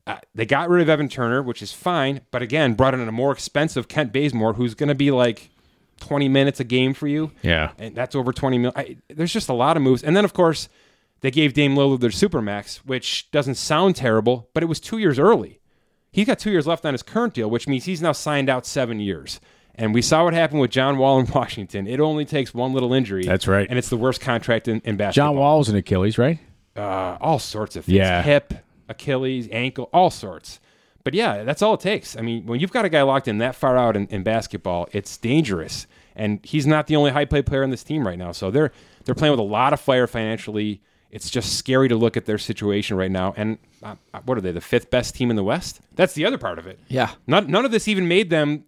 [SPEAKER 4] Uh, they got rid of Evan Turner, which is fine, but again, brought in a more expensive Kent Bazemore, who's going to be like twenty minutes a game for you
[SPEAKER 2] yeah.
[SPEAKER 4] and that's over 20 mil. I, there's just a lot of moves. And then, of course, they gave Dame Lillard their supermax, which doesn't sound terrible, but it was two years early. He's got two years left on his current deal, which means he's now signed out seven years. And we saw what happened with John Wall in [laughs] Washington. It only takes one little injury.
[SPEAKER 2] That's right.
[SPEAKER 4] And it's the worst contract in, in basketball.
[SPEAKER 2] John Wall was an Achilles, right?
[SPEAKER 4] Uh, all sorts of things.
[SPEAKER 2] Yeah.
[SPEAKER 4] Hip, Achilles, ankle, all sorts. But yeah, that's all it takes. I mean, when you've got a guy locked in that far out in, in basketball, it's dangerous. And he's not the only high play player on this team right now. So they're they're playing with a lot of fire financially. It's just scary to look at their situation right now. And uh, what are they? The fifth best team in the West? That's the other part of it.
[SPEAKER 3] Yeah.
[SPEAKER 4] Not, none of this even made them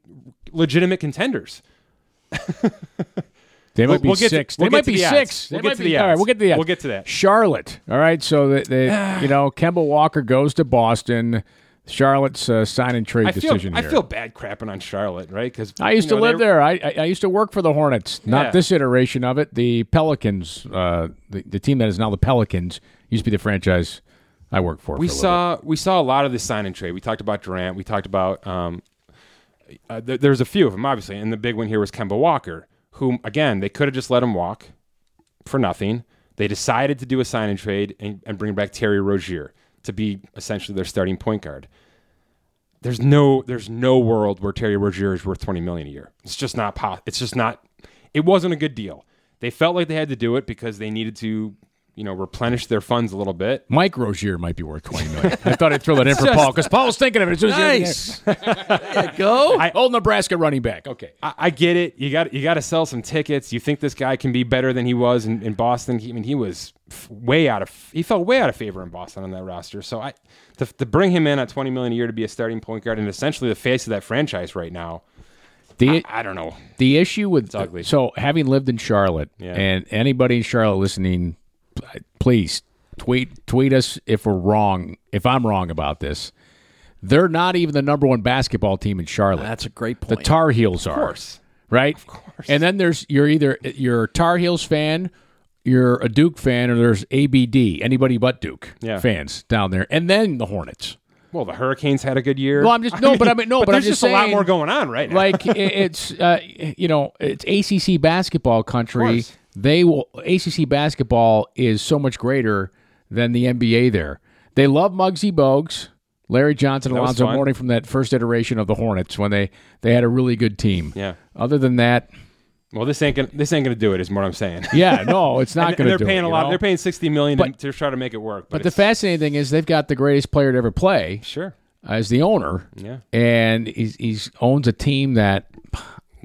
[SPEAKER 4] legitimate contenders.
[SPEAKER 2] They might
[SPEAKER 4] We'll-
[SPEAKER 2] be
[SPEAKER 4] we'll get to-
[SPEAKER 2] six.
[SPEAKER 4] we'll
[SPEAKER 2] they
[SPEAKER 4] get
[SPEAKER 2] might
[SPEAKER 4] to
[SPEAKER 2] be
[SPEAKER 4] the odds.
[SPEAKER 2] six.
[SPEAKER 4] We'll
[SPEAKER 2] They
[SPEAKER 4] get
[SPEAKER 2] might
[SPEAKER 4] to
[SPEAKER 2] be-
[SPEAKER 4] the
[SPEAKER 2] All right,
[SPEAKER 4] odds.
[SPEAKER 2] we'll get to the
[SPEAKER 4] We'll
[SPEAKER 2] odds.
[SPEAKER 4] get to that.
[SPEAKER 2] Charlotte. All right, so they, they
[SPEAKER 4] [sighs]
[SPEAKER 2] you know, Kemba Walker goes to Boston. Charlotte's uh, sign and trade
[SPEAKER 4] I feel,
[SPEAKER 2] decision.
[SPEAKER 4] I
[SPEAKER 2] here.
[SPEAKER 4] feel bad crapping on Charlotte, right? Because
[SPEAKER 2] I used to live there. I, I I used to work for the Hornets. Not
[SPEAKER 4] Yeah.
[SPEAKER 2] this iteration of it. The Pelicans, uh, the, the team that is now the Pelicans, used to be the franchise I worked for.
[SPEAKER 4] we
[SPEAKER 2] for a little
[SPEAKER 4] saw we saw a lot of this sign and trade. We talked about Durant. We talked about um, uh, th- there's a few of them, obviously, and the big one here was Kemba Walker, whom again they could have just let him walk for nothing. They decided to do a sign and trade and, and bring back Terry Rozier to be essentially their starting point guard. There's no there's no world where Terry Rozier is worth 20 million a year. It's just not po- it's just not it wasn't a good deal. They felt like they had to do it because they needed to, you know, replenish their funds a little bit.
[SPEAKER 2] bit. Mike Rozier might be worth twenty million. I thought I'd throw that in for Paul because Paul was thinking of it. As soon as
[SPEAKER 3] Nice. there you go.
[SPEAKER 2] I, old Nebraska running back. Okay.
[SPEAKER 4] I, I get it. You got you got to sell some tickets. You think this guy can be better than he was in, in Boston? He, I mean, he was f- way out of he fell way out of favor in Boston on that roster. So I to, to bring him in at twenty million a year to be a starting point guard and essentially the face of that franchise right now.
[SPEAKER 2] The
[SPEAKER 4] I don't know.
[SPEAKER 2] the issue with
[SPEAKER 4] ugly.
[SPEAKER 2] so having lived in Charlotte
[SPEAKER 4] Yeah.
[SPEAKER 2] and anybody in Charlotte listening, p- please tweet tweet us if we're wrong. If I'm wrong about this, they're not even the number one basketball team in Charlotte.
[SPEAKER 3] That's a great
[SPEAKER 2] the
[SPEAKER 3] point.
[SPEAKER 2] Tar Heels are. Of
[SPEAKER 4] course.
[SPEAKER 2] Right? Of course. And then there's you're either you're a Tar Heels fan, you're a Duke fan, or there's ABD, anybody but Duke
[SPEAKER 4] Yeah.
[SPEAKER 2] fans down there. And then the Hornets.
[SPEAKER 4] Well, the Hurricanes had a good year.
[SPEAKER 2] Well, I'm
[SPEAKER 4] [laughs]
[SPEAKER 2] just- no, but I mean- no, but I'm
[SPEAKER 4] there's
[SPEAKER 2] just
[SPEAKER 4] just, a lot
[SPEAKER 2] saying-
[SPEAKER 4] more going on right now.
[SPEAKER 2] Like i- it's uh, you know, it's ACC basketball country.
[SPEAKER 4] course.
[SPEAKER 2] They will ACC basketball is so much greater than the NBA there. They love Muggsy Bogues, Larry Johnson,
[SPEAKER 4] was
[SPEAKER 2] Alonzo
[SPEAKER 4] fun.
[SPEAKER 2] Mourning from that first iteration of the Hornets when they they had a really good team.
[SPEAKER 4] Yeah.
[SPEAKER 2] Other than that,
[SPEAKER 4] Well, this ain't gonna this ain't gonna do it. Is what I'm saying.
[SPEAKER 2] yeah, no, it's not
[SPEAKER 4] [laughs] And-
[SPEAKER 2] going
[SPEAKER 4] and
[SPEAKER 2] to.
[SPEAKER 4] they're paying a lot. They're paying sixty million to-
[SPEAKER 2] But-
[SPEAKER 4] to try to make it work. But,
[SPEAKER 2] But the
[SPEAKER 4] it's-
[SPEAKER 2] fascinating thing is they've got the greatest player to ever play
[SPEAKER 4] sure,
[SPEAKER 2] as the owner.
[SPEAKER 4] Yeah.
[SPEAKER 2] And he's, he's owns a team that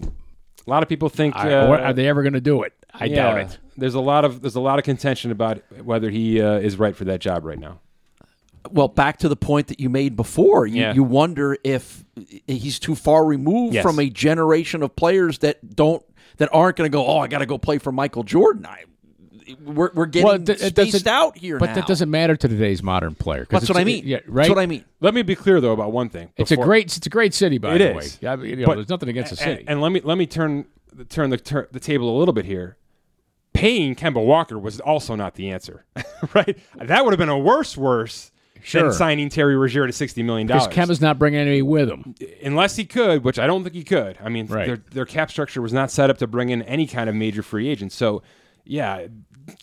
[SPEAKER 4] a lot of people think.
[SPEAKER 2] I-
[SPEAKER 4] uh,
[SPEAKER 2] what, are they ever going to do it? I doubt
[SPEAKER 4] yeah,
[SPEAKER 2] it.
[SPEAKER 4] There's a lot of there's a lot of contention about whether he uh, is right for that job right now.
[SPEAKER 3] well, back to the point that you made before. You,
[SPEAKER 4] Yeah.
[SPEAKER 3] you wonder if he's too far removed
[SPEAKER 4] Yes.
[SPEAKER 3] from a generation of players that don't that aren't going to go. Oh, I got to go play for Michael Jordan. I we're, we're getting
[SPEAKER 2] Well, th- it
[SPEAKER 3] spaced
[SPEAKER 2] doesn't-
[SPEAKER 3] out here.
[SPEAKER 2] But
[SPEAKER 3] now.
[SPEAKER 2] that doesn't matter to today's modern player. 'cause
[SPEAKER 3] That's what
[SPEAKER 2] it's-
[SPEAKER 3] I mean.
[SPEAKER 2] Yeah, right.
[SPEAKER 3] That's what I mean.
[SPEAKER 4] Let me be clear though about one thing.
[SPEAKER 2] It's a
[SPEAKER 4] before-
[SPEAKER 2] great, it's a great city, by
[SPEAKER 4] It
[SPEAKER 2] the
[SPEAKER 4] is.
[SPEAKER 2] way. I mean, you know,
[SPEAKER 4] But-
[SPEAKER 2] there's nothing against the
[SPEAKER 4] and,
[SPEAKER 2] city.
[SPEAKER 4] and let me let me turn turn the tur the table a little bit here. Paying Kemba Walker was also not the answer, [laughs] right? That would have been a worse worse
[SPEAKER 2] Sure.
[SPEAKER 4] than signing Terry Rozier to sixty million
[SPEAKER 2] because
[SPEAKER 4] dollars.
[SPEAKER 2] Kemba's not bringing anybody with him.
[SPEAKER 4] unless he could, which I don't think he could. I mean,
[SPEAKER 2] Right.
[SPEAKER 4] their, their cap structure was not set up to bring in any kind of major free agent. So, yeah,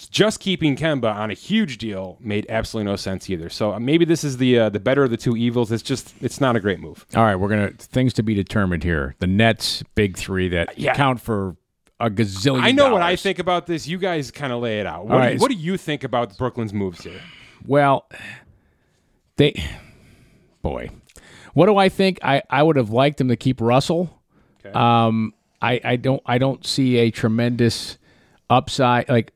[SPEAKER 4] just keeping Kemba on a huge deal made absolutely no sense either. So uh, maybe this is the uh, the better of the two evils. It's just it's not a great move.
[SPEAKER 2] All right, we're gonna things to be determined here. The Nets, big three that
[SPEAKER 4] Yeah.
[SPEAKER 2] count for a gazillion.
[SPEAKER 4] I know what I
[SPEAKER 2] dollars.
[SPEAKER 4] think about this. You guys kind of lay it out. What,
[SPEAKER 2] All
[SPEAKER 4] do
[SPEAKER 2] right.
[SPEAKER 4] you, what do you think about Brooklyn's moves here?
[SPEAKER 2] Well, they, boy, what do I think? I, I would have liked them to keep Russell. Um, I, I don't I don't see a tremendous upside like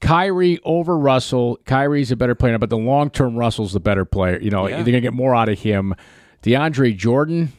[SPEAKER 2] Kyrie over Russell. Kyrie's a better player, but the long term Russell's the better player. You know, they're gonna get more out of him. DeAndre Jordan.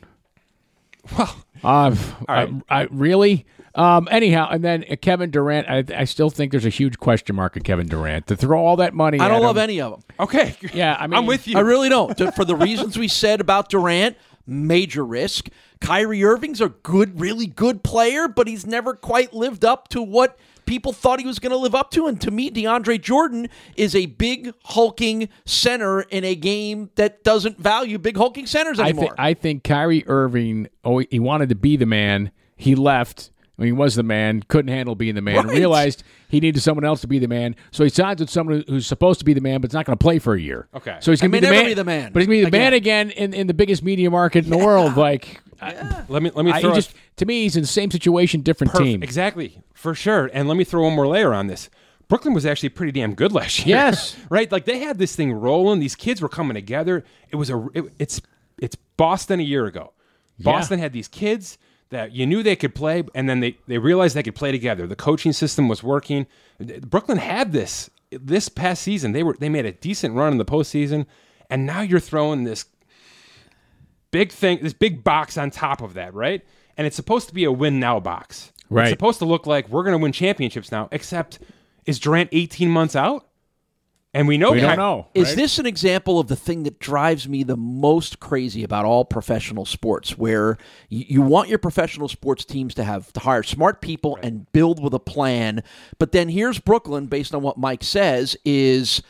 [SPEAKER 2] Well, I, I really. Um, anyhow, and then uh, Kevin Durant. I, I still think there's a huge question mark at Kevin Durant to throw all that money.
[SPEAKER 3] I
[SPEAKER 2] at
[SPEAKER 3] don't love
[SPEAKER 2] him-
[SPEAKER 3] any of them.
[SPEAKER 4] Okay,
[SPEAKER 2] Yeah, I mean-
[SPEAKER 4] I'm with you.
[SPEAKER 3] I really don't. To- For the reasons we said about Durant, major risk. Kyrie Irving's a good, really good player, but he's never quite lived up to what people thought he was going to live up to. And to me, DeAndre Jordan is a big hulking center in a game that doesn't value big hulking centers
[SPEAKER 2] I
[SPEAKER 3] anymore.
[SPEAKER 2] think I think Kyrie Irving. Oh, he wanted to be the man. He left. when he was the man. Couldn't handle being the man.
[SPEAKER 3] Right.
[SPEAKER 2] Realized he needed someone else to be the man. So he signs with someone who- who's supposed to be the man, but it's not going to play for a year.
[SPEAKER 4] Okay.
[SPEAKER 2] So he's
[SPEAKER 3] And
[SPEAKER 2] going to be the
[SPEAKER 3] may never
[SPEAKER 2] man.
[SPEAKER 3] be the man
[SPEAKER 2] But he's going to be the man again in, in the biggest media market in the
[SPEAKER 3] [laughs]
[SPEAKER 2] world. Like,
[SPEAKER 4] [laughs] let me let me
[SPEAKER 2] I, he
[SPEAKER 4] throw a-
[SPEAKER 2] just to me, he's in the same situation, different
[SPEAKER 4] Perf-
[SPEAKER 2] team.
[SPEAKER 4] Exactly, for sure. And let me throw one more layer on this. Brooklyn was actually pretty damn good last year.
[SPEAKER 2] Yes.
[SPEAKER 4] [laughs] right. Like they had this thing rolling. These kids were coming together. It was a. it- it's it's Boston a year ago. Boston had these kids that you knew they could play, and then they they realized they could play together. The coaching system was working. Brooklyn had this this past season. They were they made a decent run in the postseason, and now you're throwing this big thing, this big box on top of that, right? And it's supposed to be a win now box.
[SPEAKER 2] Right.
[SPEAKER 4] It's supposed to look like we're going to win championships now, except is Durant 18 months out? And we know
[SPEAKER 2] We
[SPEAKER 4] Ky-
[SPEAKER 2] don't know.
[SPEAKER 3] Is
[SPEAKER 2] right?
[SPEAKER 3] this an example of the thing that drives me the most crazy about all professional sports, where you, you want your professional sports teams to have to hire smart people and build with a plan? But then here's Brooklyn, based on what Mike says, is.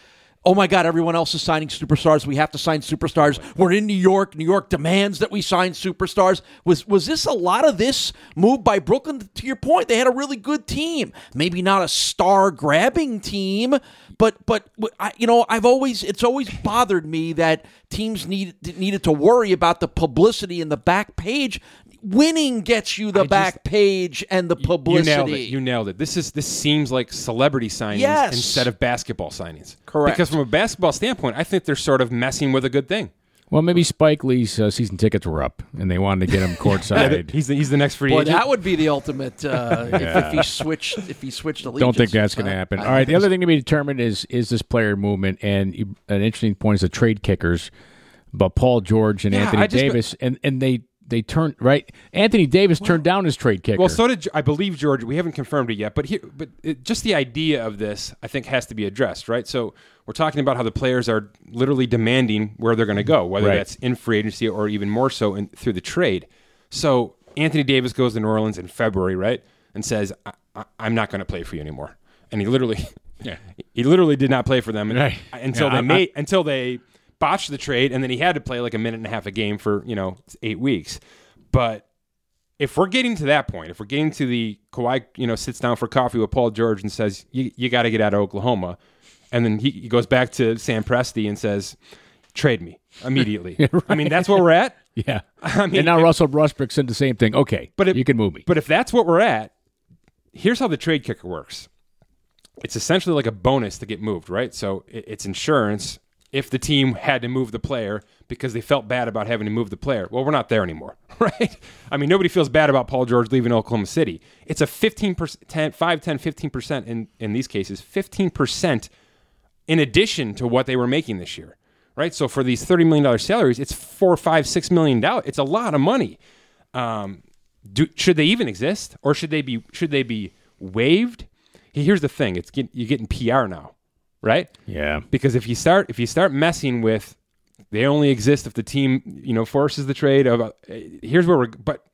[SPEAKER 3] Oh my God, everyone else is signing superstars. We have to sign superstars. We're in New York. New York demands that we sign superstars. Was was this a lot of this move by Brooklyn? To your point, they had a really good team. Maybe not a star grabbing team, but but I, you know I've always it's always bothered me that teams need needed to worry about the publicity and the back page. Winning gets you the back page and the
[SPEAKER 4] You
[SPEAKER 3] publicity.
[SPEAKER 4] nailed it. You nailed it. This is this seems like celebrity signings
[SPEAKER 3] Yes.
[SPEAKER 4] instead of basketball signings.
[SPEAKER 3] Correct.
[SPEAKER 4] Because from a basketball standpoint, I think they're sort of messing with a good thing.
[SPEAKER 2] Well, maybe Spike Lee's uh, season tickets were up, and they wanted to
[SPEAKER 4] [laughs]
[SPEAKER 2] get him courtside.
[SPEAKER 4] He's the, he's the next free
[SPEAKER 3] Boy,
[SPEAKER 4] agent.
[SPEAKER 3] that would be the ultimate uh, if, if he switched if he switched
[SPEAKER 2] Don't
[SPEAKER 3] allegiance.
[SPEAKER 2] think that's going to happen. All
[SPEAKER 4] [laughs]
[SPEAKER 2] right. The other thing to be determined is is this player movement, and you, an interesting point is the trade kickers, but Paul George and
[SPEAKER 4] Yeah,
[SPEAKER 2] Anthony
[SPEAKER 4] I just-
[SPEAKER 2] Davis, and and they they turned right. Anthony Davis turned down his trade kicker.
[SPEAKER 4] Well, so did I believe George. We haven't confirmed it yet, but here, but it, just the idea of this, I think, has to be addressed, right? So we're talking about how the players are literally demanding where they're going to go, whether
[SPEAKER 2] Right.
[SPEAKER 4] that's in free agency or even more so in, through the trade. So Anthony Davis goes to New Orleans in February, right, and says, I, I, "I'm not going to play for you anymore," and he literally, [laughs] yeah, he literally did not play for them
[SPEAKER 2] Right.
[SPEAKER 4] until
[SPEAKER 2] Yeah,
[SPEAKER 4] they
[SPEAKER 2] I'm-
[SPEAKER 4] made until they botched the trade, and then he had to play like a minute and a half a game for you know eight weeks, but if we're getting to that point, if we're getting to the Kawhi, you know, sits down for coffee with Paul George and says, "You, you got to get out of Oklahoma," and then he, he goes back to Sam Presti and says, trade me
[SPEAKER 2] [laughs]
[SPEAKER 4] immediately. I mean, that's where we're at.
[SPEAKER 2] [laughs] Yeah.
[SPEAKER 4] [laughs] I mean,
[SPEAKER 2] and now Russell Westbrook said the same thing. Okay,
[SPEAKER 4] But
[SPEAKER 2] but
[SPEAKER 4] it-
[SPEAKER 2] you can move me.
[SPEAKER 4] But if that's what we're at, here's how the trade kicker works. It's essentially like a bonus to get moved, right? So i- it's insurance if the team had to move the player because they felt bad about having to move the player. Well, we're not there anymore, [laughs] right? I mean, nobody feels bad about Paul George leaving Oklahoma City. It's a 15%, 10, 5, 10, 15% in, in these cases, 15% in addition to what they were making this year, right? So for these $30 million salaries, it's four, five, six million dollars. It's a lot of money Um, do, should they even exist or should they be should they be waived here's the thing it's get, you're getting pr now right
[SPEAKER 2] yeah.
[SPEAKER 4] because if you start if you start messing with they only exist if the team you know forces the trade of uh, here's where we're but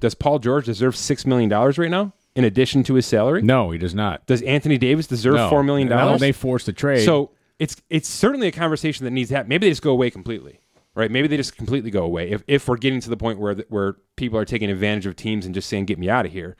[SPEAKER 4] does paul george deserve six million dollars right now in addition to his salary
[SPEAKER 2] No, he does not.
[SPEAKER 4] does anthony davis deserve
[SPEAKER 2] No.
[SPEAKER 4] four million
[SPEAKER 2] Not when
[SPEAKER 4] dollars
[SPEAKER 2] They forced the trade.
[SPEAKER 4] so it's it's certainly a conversation that needs to happen. Maybe they just go away completely, right? Maybe they just completely go away. If if we're getting to the point where th- where people are taking advantage of teams and just saying get me out of here,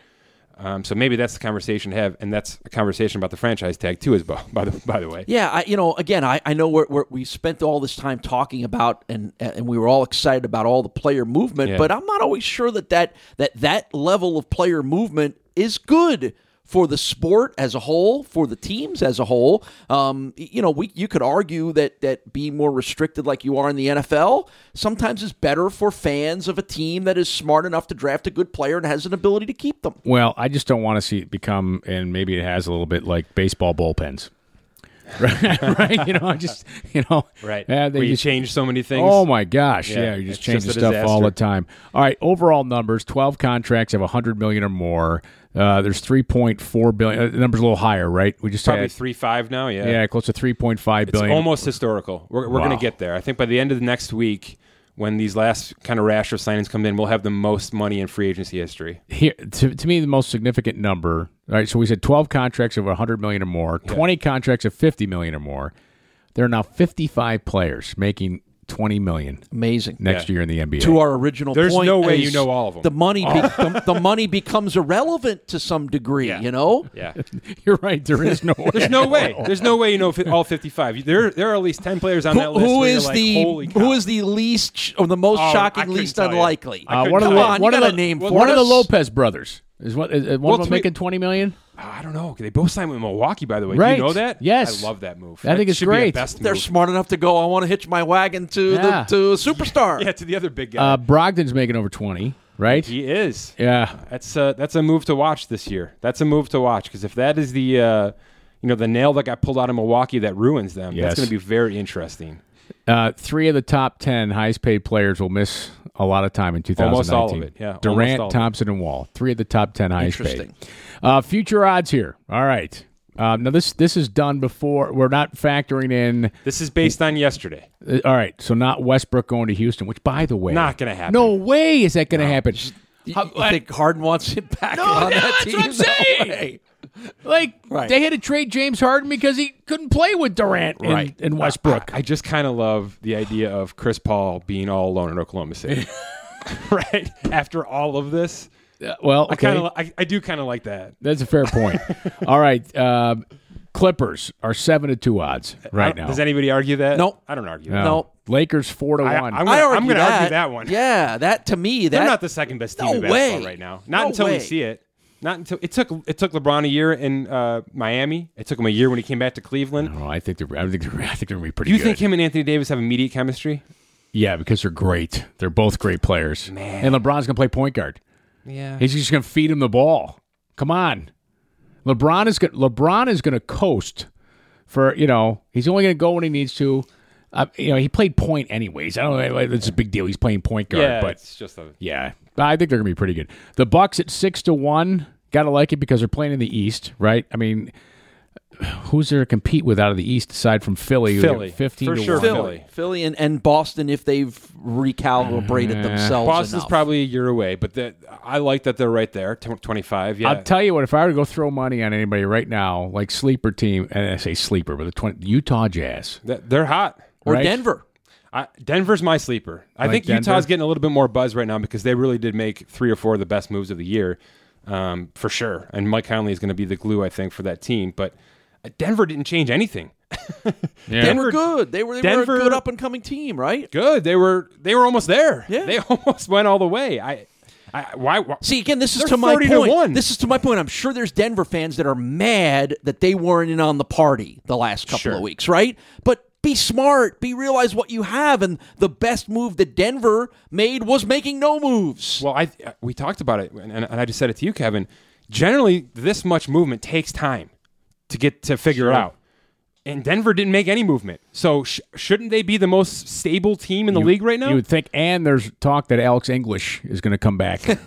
[SPEAKER 4] um, so maybe that's the conversation to have, and that's a conversation about the franchise tag too, as well. [laughs] By the by the way,
[SPEAKER 3] Yeah, I, you know, again, I, I know we're, we're, we spent all this time talking about and and we were all excited about all the player movement,
[SPEAKER 4] Yeah.
[SPEAKER 3] but I'm not always sure that that, that that level of player movement is good for the sport as a whole, for the teams as a whole. Um, y- you know, we you could argue that that being more restricted like you are in the NFL sometimes is better for fans of a team that is smart enough to draft a good player and has an ability to keep them.
[SPEAKER 2] Well, I just don't want to see it become, and maybe it has a little bit like baseball bullpens, [laughs] right? right? You know, I just you know, Yeah, they
[SPEAKER 4] Where you
[SPEAKER 2] just-
[SPEAKER 4] change so many things.
[SPEAKER 2] Oh my gosh! Yeah,
[SPEAKER 4] Yeah,
[SPEAKER 2] you just
[SPEAKER 4] it's
[SPEAKER 2] change
[SPEAKER 4] just
[SPEAKER 2] the
[SPEAKER 4] a
[SPEAKER 2] stuff all
[SPEAKER 4] disaster.
[SPEAKER 2] the time. All right, overall numbers: twelve contracts have hundred million or more. Uh, there's three point four billion. Uh, the number's a little higher, right? We just
[SPEAKER 4] probably
[SPEAKER 2] had-
[SPEAKER 4] three five now. Yeah,
[SPEAKER 2] yeah, close to three point five
[SPEAKER 4] It's
[SPEAKER 2] billion.
[SPEAKER 4] almost historical. We're, we're going
[SPEAKER 2] Wow.
[SPEAKER 4] to get there. I think by the end of the next week, when these last kind of rash of signings come in, we'll have the most money in free agency history.
[SPEAKER 2] here to, to me the most significant number all right so we said 12 contracts of 100 million or more 20 contracts of 50 million or more there are now 55 players making 20 million
[SPEAKER 3] Amazing.
[SPEAKER 2] next year in the nba
[SPEAKER 3] to our original
[SPEAKER 4] There's
[SPEAKER 3] point
[SPEAKER 4] no way
[SPEAKER 3] is
[SPEAKER 4] you know all of 'em.
[SPEAKER 3] The money,
[SPEAKER 4] [laughs]
[SPEAKER 3] be- the, the money becomes irrelevant to some degree. You know,
[SPEAKER 2] [laughs]
[SPEAKER 4] Yeah.
[SPEAKER 2] [laughs] you're right there is no way
[SPEAKER 4] [laughs]
[SPEAKER 2] Uh, [laughs]
[SPEAKER 4] There's no way. There's no way you know fi- all 55. You- There, there are at least 10 players on that
[SPEAKER 3] Who-
[SPEAKER 4] list.
[SPEAKER 3] who
[SPEAKER 4] where you're
[SPEAKER 3] is
[SPEAKER 4] like,
[SPEAKER 3] the
[SPEAKER 4] Holy cow. Oh,
[SPEAKER 3] who is the least sh- or the most
[SPEAKER 4] I
[SPEAKER 3] shocking,
[SPEAKER 4] couldn't
[SPEAKER 3] least
[SPEAKER 4] tell you.
[SPEAKER 3] unlikely?
[SPEAKER 4] I
[SPEAKER 2] Uh,
[SPEAKER 4] couldn't
[SPEAKER 2] one of the
[SPEAKER 4] tell
[SPEAKER 3] Come on,
[SPEAKER 2] one
[SPEAKER 3] you
[SPEAKER 2] of
[SPEAKER 3] got
[SPEAKER 2] the,
[SPEAKER 3] a name for
[SPEAKER 2] one of the
[SPEAKER 3] us?
[SPEAKER 2] lopez brothers is one, is, is one
[SPEAKER 4] Well,
[SPEAKER 2] of them
[SPEAKER 4] to me-
[SPEAKER 2] making 20 million
[SPEAKER 4] I don't know. They both signed with Milwaukee, by the way.
[SPEAKER 2] Right.
[SPEAKER 4] Do you know that?
[SPEAKER 2] Yes.
[SPEAKER 4] I love that move.
[SPEAKER 2] I think
[SPEAKER 4] That
[SPEAKER 2] it's
[SPEAKER 4] should be a
[SPEAKER 2] great.
[SPEAKER 4] best
[SPEAKER 3] They're
[SPEAKER 4] move.
[SPEAKER 3] smart enough to go. I want to hitch my wagon to
[SPEAKER 2] Yeah.
[SPEAKER 3] the to a superstar.
[SPEAKER 4] Yeah, to the other big guy.
[SPEAKER 2] uh brogdon's making over 20 right
[SPEAKER 4] he is.
[SPEAKER 2] yeah
[SPEAKER 4] That's uh, that's a move to watch this year. That's a move to watch because if that is the uh, you know the nail that got pulled out of Milwaukee that ruins them,
[SPEAKER 2] Yes.
[SPEAKER 4] that's going to be very interesting.
[SPEAKER 2] Uh, three of the top ten highest paid players will miss a lot of time in 2019.
[SPEAKER 4] Almost all of it, yeah, almost
[SPEAKER 2] Durant,
[SPEAKER 4] all of it.
[SPEAKER 2] Thompson, and Wall. Three of the top ten highest
[SPEAKER 3] Interesting.
[SPEAKER 2] paid. Uh, future odds here. All right. Um, now this this is done before. We're not factoring in.
[SPEAKER 4] This is based on yesterday.
[SPEAKER 2] uh, all right. So not Westbrook going to Houston, which by the way,
[SPEAKER 4] Not gonna happen.
[SPEAKER 2] No way is that going to happen.
[SPEAKER 3] You,
[SPEAKER 4] Uh,
[SPEAKER 3] you think Harden wants him back
[SPEAKER 2] no,
[SPEAKER 3] on that
[SPEAKER 2] that's
[SPEAKER 3] team?
[SPEAKER 4] [laughs]
[SPEAKER 2] what I'm saying.
[SPEAKER 3] way.
[SPEAKER 2] Like
[SPEAKER 3] Right.
[SPEAKER 2] they had to trade James Harden because he couldn't play with Durant and,
[SPEAKER 4] Right.
[SPEAKER 2] and Westbrook.
[SPEAKER 4] I just kind of love the idea of Chris Paul being all alone in
[SPEAKER 2] [laughs]
[SPEAKER 4] Oklahoma City. right after all of this,
[SPEAKER 2] Uh, well, okay.
[SPEAKER 4] I kind of I, I do kind of like that.
[SPEAKER 2] That's a fair
[SPEAKER 4] [laughs]
[SPEAKER 2] point. All right, um, Clippers are seven to two odds
[SPEAKER 4] I
[SPEAKER 2] right
[SPEAKER 4] don't-
[SPEAKER 2] now.
[SPEAKER 4] Uh, Does anybody argue that?
[SPEAKER 3] Nope.
[SPEAKER 4] I don't argue.
[SPEAKER 2] No.
[SPEAKER 4] That.
[SPEAKER 3] No.
[SPEAKER 2] Lakers four to
[SPEAKER 4] I-
[SPEAKER 2] one.
[SPEAKER 4] I'm
[SPEAKER 3] I
[SPEAKER 4] gonna-
[SPEAKER 3] argue
[SPEAKER 4] I'm gonna argue that one.
[SPEAKER 3] Yeah, that to me, that
[SPEAKER 4] They're not the second best team
[SPEAKER 3] No
[SPEAKER 4] in basketball
[SPEAKER 3] way.
[SPEAKER 4] right now. Not
[SPEAKER 3] No
[SPEAKER 4] until
[SPEAKER 3] way.
[SPEAKER 4] we see it. Not until it took it took LeBron a year in uh, Miami. It took him a year when he came back to Cleveland.
[SPEAKER 2] Oh, I don't know. I think they're. I think they're. I think they're gonna be pretty
[SPEAKER 4] Do you
[SPEAKER 2] good.
[SPEAKER 4] think him and Anthony Davis have immediate chemistry?
[SPEAKER 2] yeah, because they're great. They're both great players. Man. And LeBron's gonna play point guard.
[SPEAKER 4] Yeah.
[SPEAKER 2] He's just gonna feed him the ball. Come on, LeBron is gonna. LeBron is gonna coast for you know. He's only gonna go when he needs to. Uh, you know, he played point anyways. I don't know. It's a big deal. He's playing point guard,
[SPEAKER 4] yeah,
[SPEAKER 2] but
[SPEAKER 4] it's just a
[SPEAKER 2] Yeah, I think they're gonna be pretty good. The Bucks at six to one, gotta like it because they're playing in the East, right? I mean, who's there to compete with out of the East aside from Philly? who have
[SPEAKER 4] Philly.
[SPEAKER 2] fifteen
[SPEAKER 4] For
[SPEAKER 2] to
[SPEAKER 4] sure,
[SPEAKER 2] one.
[SPEAKER 4] Philly.
[SPEAKER 3] Philly, Philly, and, and Boston if they've recalibrated themselves.
[SPEAKER 4] Boston's
[SPEAKER 3] enough.
[SPEAKER 4] probably a year away, but that I like that they're right there, tw- twenty five. Yeah,
[SPEAKER 2] I'll tell you what, if I were to go throw money on anybody right now, like sleeper team, and I say sleeper, but the 20, Utah Jazz,
[SPEAKER 4] Th- they're hot.
[SPEAKER 3] or
[SPEAKER 2] right?
[SPEAKER 3] Denver.
[SPEAKER 4] I, Denver's my sleeper. I
[SPEAKER 2] Like
[SPEAKER 4] think Utah's
[SPEAKER 2] Denver?
[SPEAKER 4] getting a little bit more buzz right now because they really did make three or four of the best moves of the year, um, for sure. And Mike Conley is going to be the glue, I think, for that team. But Denver didn't change anything.
[SPEAKER 2] Yeah.
[SPEAKER 3] Denver good. They were they were
[SPEAKER 4] Denver-
[SPEAKER 3] a good up and coming team, right?
[SPEAKER 4] Good. They were they were almost there.
[SPEAKER 3] Yeah.
[SPEAKER 4] They [laughs] almost went all the way. I, I why, why
[SPEAKER 3] See again, this is
[SPEAKER 4] They're
[SPEAKER 3] to my
[SPEAKER 4] 30 to
[SPEAKER 3] point.
[SPEAKER 4] one.
[SPEAKER 3] This is to my point. I'm sure there's Denver fans that are mad that they weren't in on the party the last couple
[SPEAKER 4] Sure.
[SPEAKER 3] of weeks, right? But be smart, be realize what you have, and the best move that Denver made was making no moves.
[SPEAKER 4] Well, I uh, we talked about it, and, and I just said it to you, Kevin. Generally, this much movement takes time to get to figure it out. And Denver didn't make any movement, so sh- shouldn't they be the most stable team in the league right now?
[SPEAKER 2] You would think, and there's talk that Alex English is going to come back.
[SPEAKER 4] [laughs]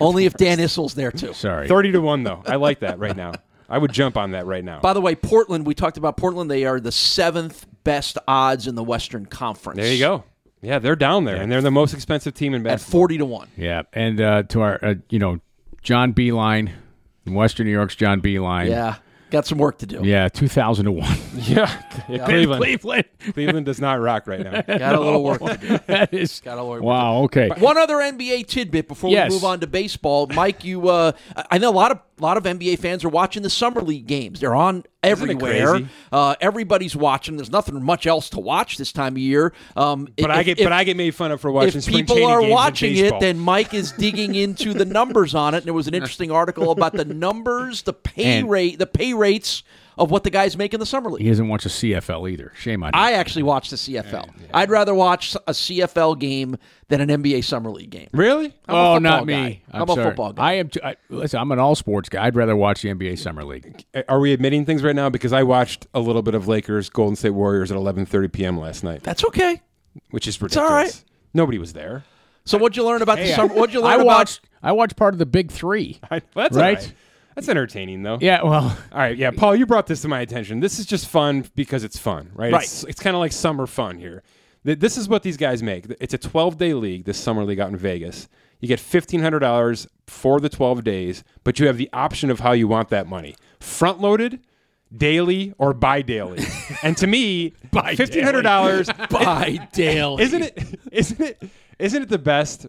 [SPEAKER 3] Only if Dan Issel's there too.
[SPEAKER 2] Sorry.
[SPEAKER 4] Thirty to one, though. I like that right now. I would jump on that right now.
[SPEAKER 3] By the way, Portland. We talked about Portland. They are the seventh best odds in the Western Conference.
[SPEAKER 4] there you go. Yeah, they're down there, and they're the most expensive team in
[SPEAKER 3] At
[SPEAKER 4] basketball.
[SPEAKER 3] forty to one.
[SPEAKER 2] Yeah, and uh, to our, uh, you know, John Beeline, in Western New York's John Beeline.
[SPEAKER 3] Yeah, got some work to do.
[SPEAKER 2] Yeah, 2001.
[SPEAKER 4] yeah,
[SPEAKER 3] [laughs]
[SPEAKER 2] [laughs]
[SPEAKER 4] Cleveland. Cleveland does not rock right now.
[SPEAKER 3] Got a little work to
[SPEAKER 4] [laughs]
[SPEAKER 3] do.
[SPEAKER 2] that is.
[SPEAKER 3] Got a little work.
[SPEAKER 2] Wow, okay.
[SPEAKER 3] One other NBA tidbit before
[SPEAKER 2] Yes.
[SPEAKER 3] we move on to baseball, Mike. You, uh, I know a lot of lot of NBA fans are watching the summer league games. They're on everywhere.
[SPEAKER 4] crazy?
[SPEAKER 3] Uh, everybody's watching. There's nothing much else to watch this time of year. Um,
[SPEAKER 4] But I get but I get made fun of for watching
[SPEAKER 3] if
[SPEAKER 4] spring
[SPEAKER 3] people
[SPEAKER 4] training
[SPEAKER 3] are
[SPEAKER 4] games in
[SPEAKER 3] watching it,
[SPEAKER 4] baseball.
[SPEAKER 3] then Mike is digging into the numbers on it. And there was an interesting article about the numbers, the pay
[SPEAKER 2] And-
[SPEAKER 3] rate, the pay rates of what the guys make in the summer league.
[SPEAKER 2] He doesn't watch a CFL either. Shame on him.
[SPEAKER 3] I actually watch the CFL. I'd rather watch a CFL game than an NBA summer league game.
[SPEAKER 4] really?
[SPEAKER 3] I'm a
[SPEAKER 2] oh,
[SPEAKER 3] football
[SPEAKER 2] not
[SPEAKER 3] guy.
[SPEAKER 2] me.
[SPEAKER 3] I'm,
[SPEAKER 2] I'm,
[SPEAKER 3] a
[SPEAKER 2] sorry.
[SPEAKER 3] football guy.
[SPEAKER 2] I am. Too, I, listen, I'm an all sports guy. I'd rather watch the NBA summer league.
[SPEAKER 4] Are we admitting things right now? Because I watched a little bit of Lakers Golden State Warriors at 11:30 p.m. last night.
[SPEAKER 3] That's okay.
[SPEAKER 4] which is
[SPEAKER 3] all
[SPEAKER 4] ridiculous.
[SPEAKER 3] right.
[SPEAKER 4] Nobody was there.
[SPEAKER 3] So what'd you learn about the summer? What'd you learn
[SPEAKER 2] I
[SPEAKER 3] about?
[SPEAKER 2] watched. I watched part of the Big Three.
[SPEAKER 4] I, that's
[SPEAKER 2] Right.
[SPEAKER 4] all That's entertaining, though.
[SPEAKER 2] Yeah. Well.
[SPEAKER 4] All right. Yeah, Paul, you brought this to my attention. This is just fun because it's fun, right?
[SPEAKER 3] Right.
[SPEAKER 4] It's, it's kind of like summer fun here. Th- This is what these guys make. It's a 12 day league, this summer league out in Vegas. You get $1,500 for the 12 days, but you have the option of how you want that money front loaded, daily, or bi daily. and to me, $1,500
[SPEAKER 3] by Dale.
[SPEAKER 2] [laughs]
[SPEAKER 4] isn't it isn't it isn't it the best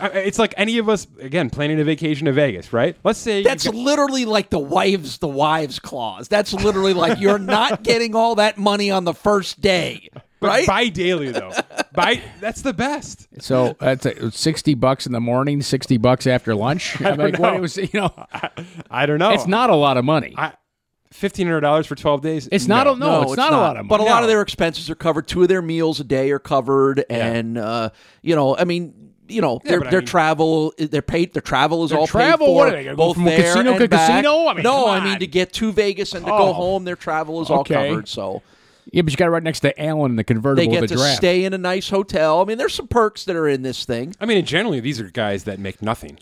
[SPEAKER 4] I- it's like any of us again planning a vacation to vegas right let's say
[SPEAKER 3] That's
[SPEAKER 4] you,
[SPEAKER 3] literally like the wives, the wives clause. That's literally like
[SPEAKER 2] [laughs]
[SPEAKER 3] you're not getting all that money on the first day, right?
[SPEAKER 4] by
[SPEAKER 3] [laughs]
[SPEAKER 4] daily though by that's the best
[SPEAKER 2] So that's uh, sixty bucks in the morning, sixty bucks after lunch. I am like, What
[SPEAKER 4] know.
[SPEAKER 2] it was, you know,
[SPEAKER 4] i don't know
[SPEAKER 2] it's not a lot of money.
[SPEAKER 4] I, $1500 for 12 days
[SPEAKER 2] it's not.
[SPEAKER 4] No.
[SPEAKER 2] a, no, it's, not, a lot of money.
[SPEAKER 3] But a lot of their expenses are covered. Two of their meals a day are covered, and uh, you know, I mean, you know, their,
[SPEAKER 4] but I
[SPEAKER 3] their
[SPEAKER 4] mean-
[SPEAKER 3] travel, their paid, their travel is all
[SPEAKER 2] travel,
[SPEAKER 3] Paid for,
[SPEAKER 2] what are they gonna go
[SPEAKER 3] both
[SPEAKER 2] from
[SPEAKER 3] there
[SPEAKER 2] casino
[SPEAKER 3] and
[SPEAKER 2] to
[SPEAKER 3] back.
[SPEAKER 2] casino? I mean,
[SPEAKER 3] no,
[SPEAKER 2] come
[SPEAKER 3] I mean
[SPEAKER 2] on.
[SPEAKER 3] to get to Vegas and to go
[SPEAKER 2] Oh.
[SPEAKER 3] home, their travel is all
[SPEAKER 2] Okay.
[SPEAKER 3] covered. So
[SPEAKER 2] yeah, but you got it right next to Allen, the convertible,
[SPEAKER 3] they get
[SPEAKER 2] of the
[SPEAKER 3] to
[SPEAKER 2] draft.
[SPEAKER 3] stay in a nice hotel. I mean, there's some perks that are in this thing,
[SPEAKER 4] i mean and generally these are guys that make nothing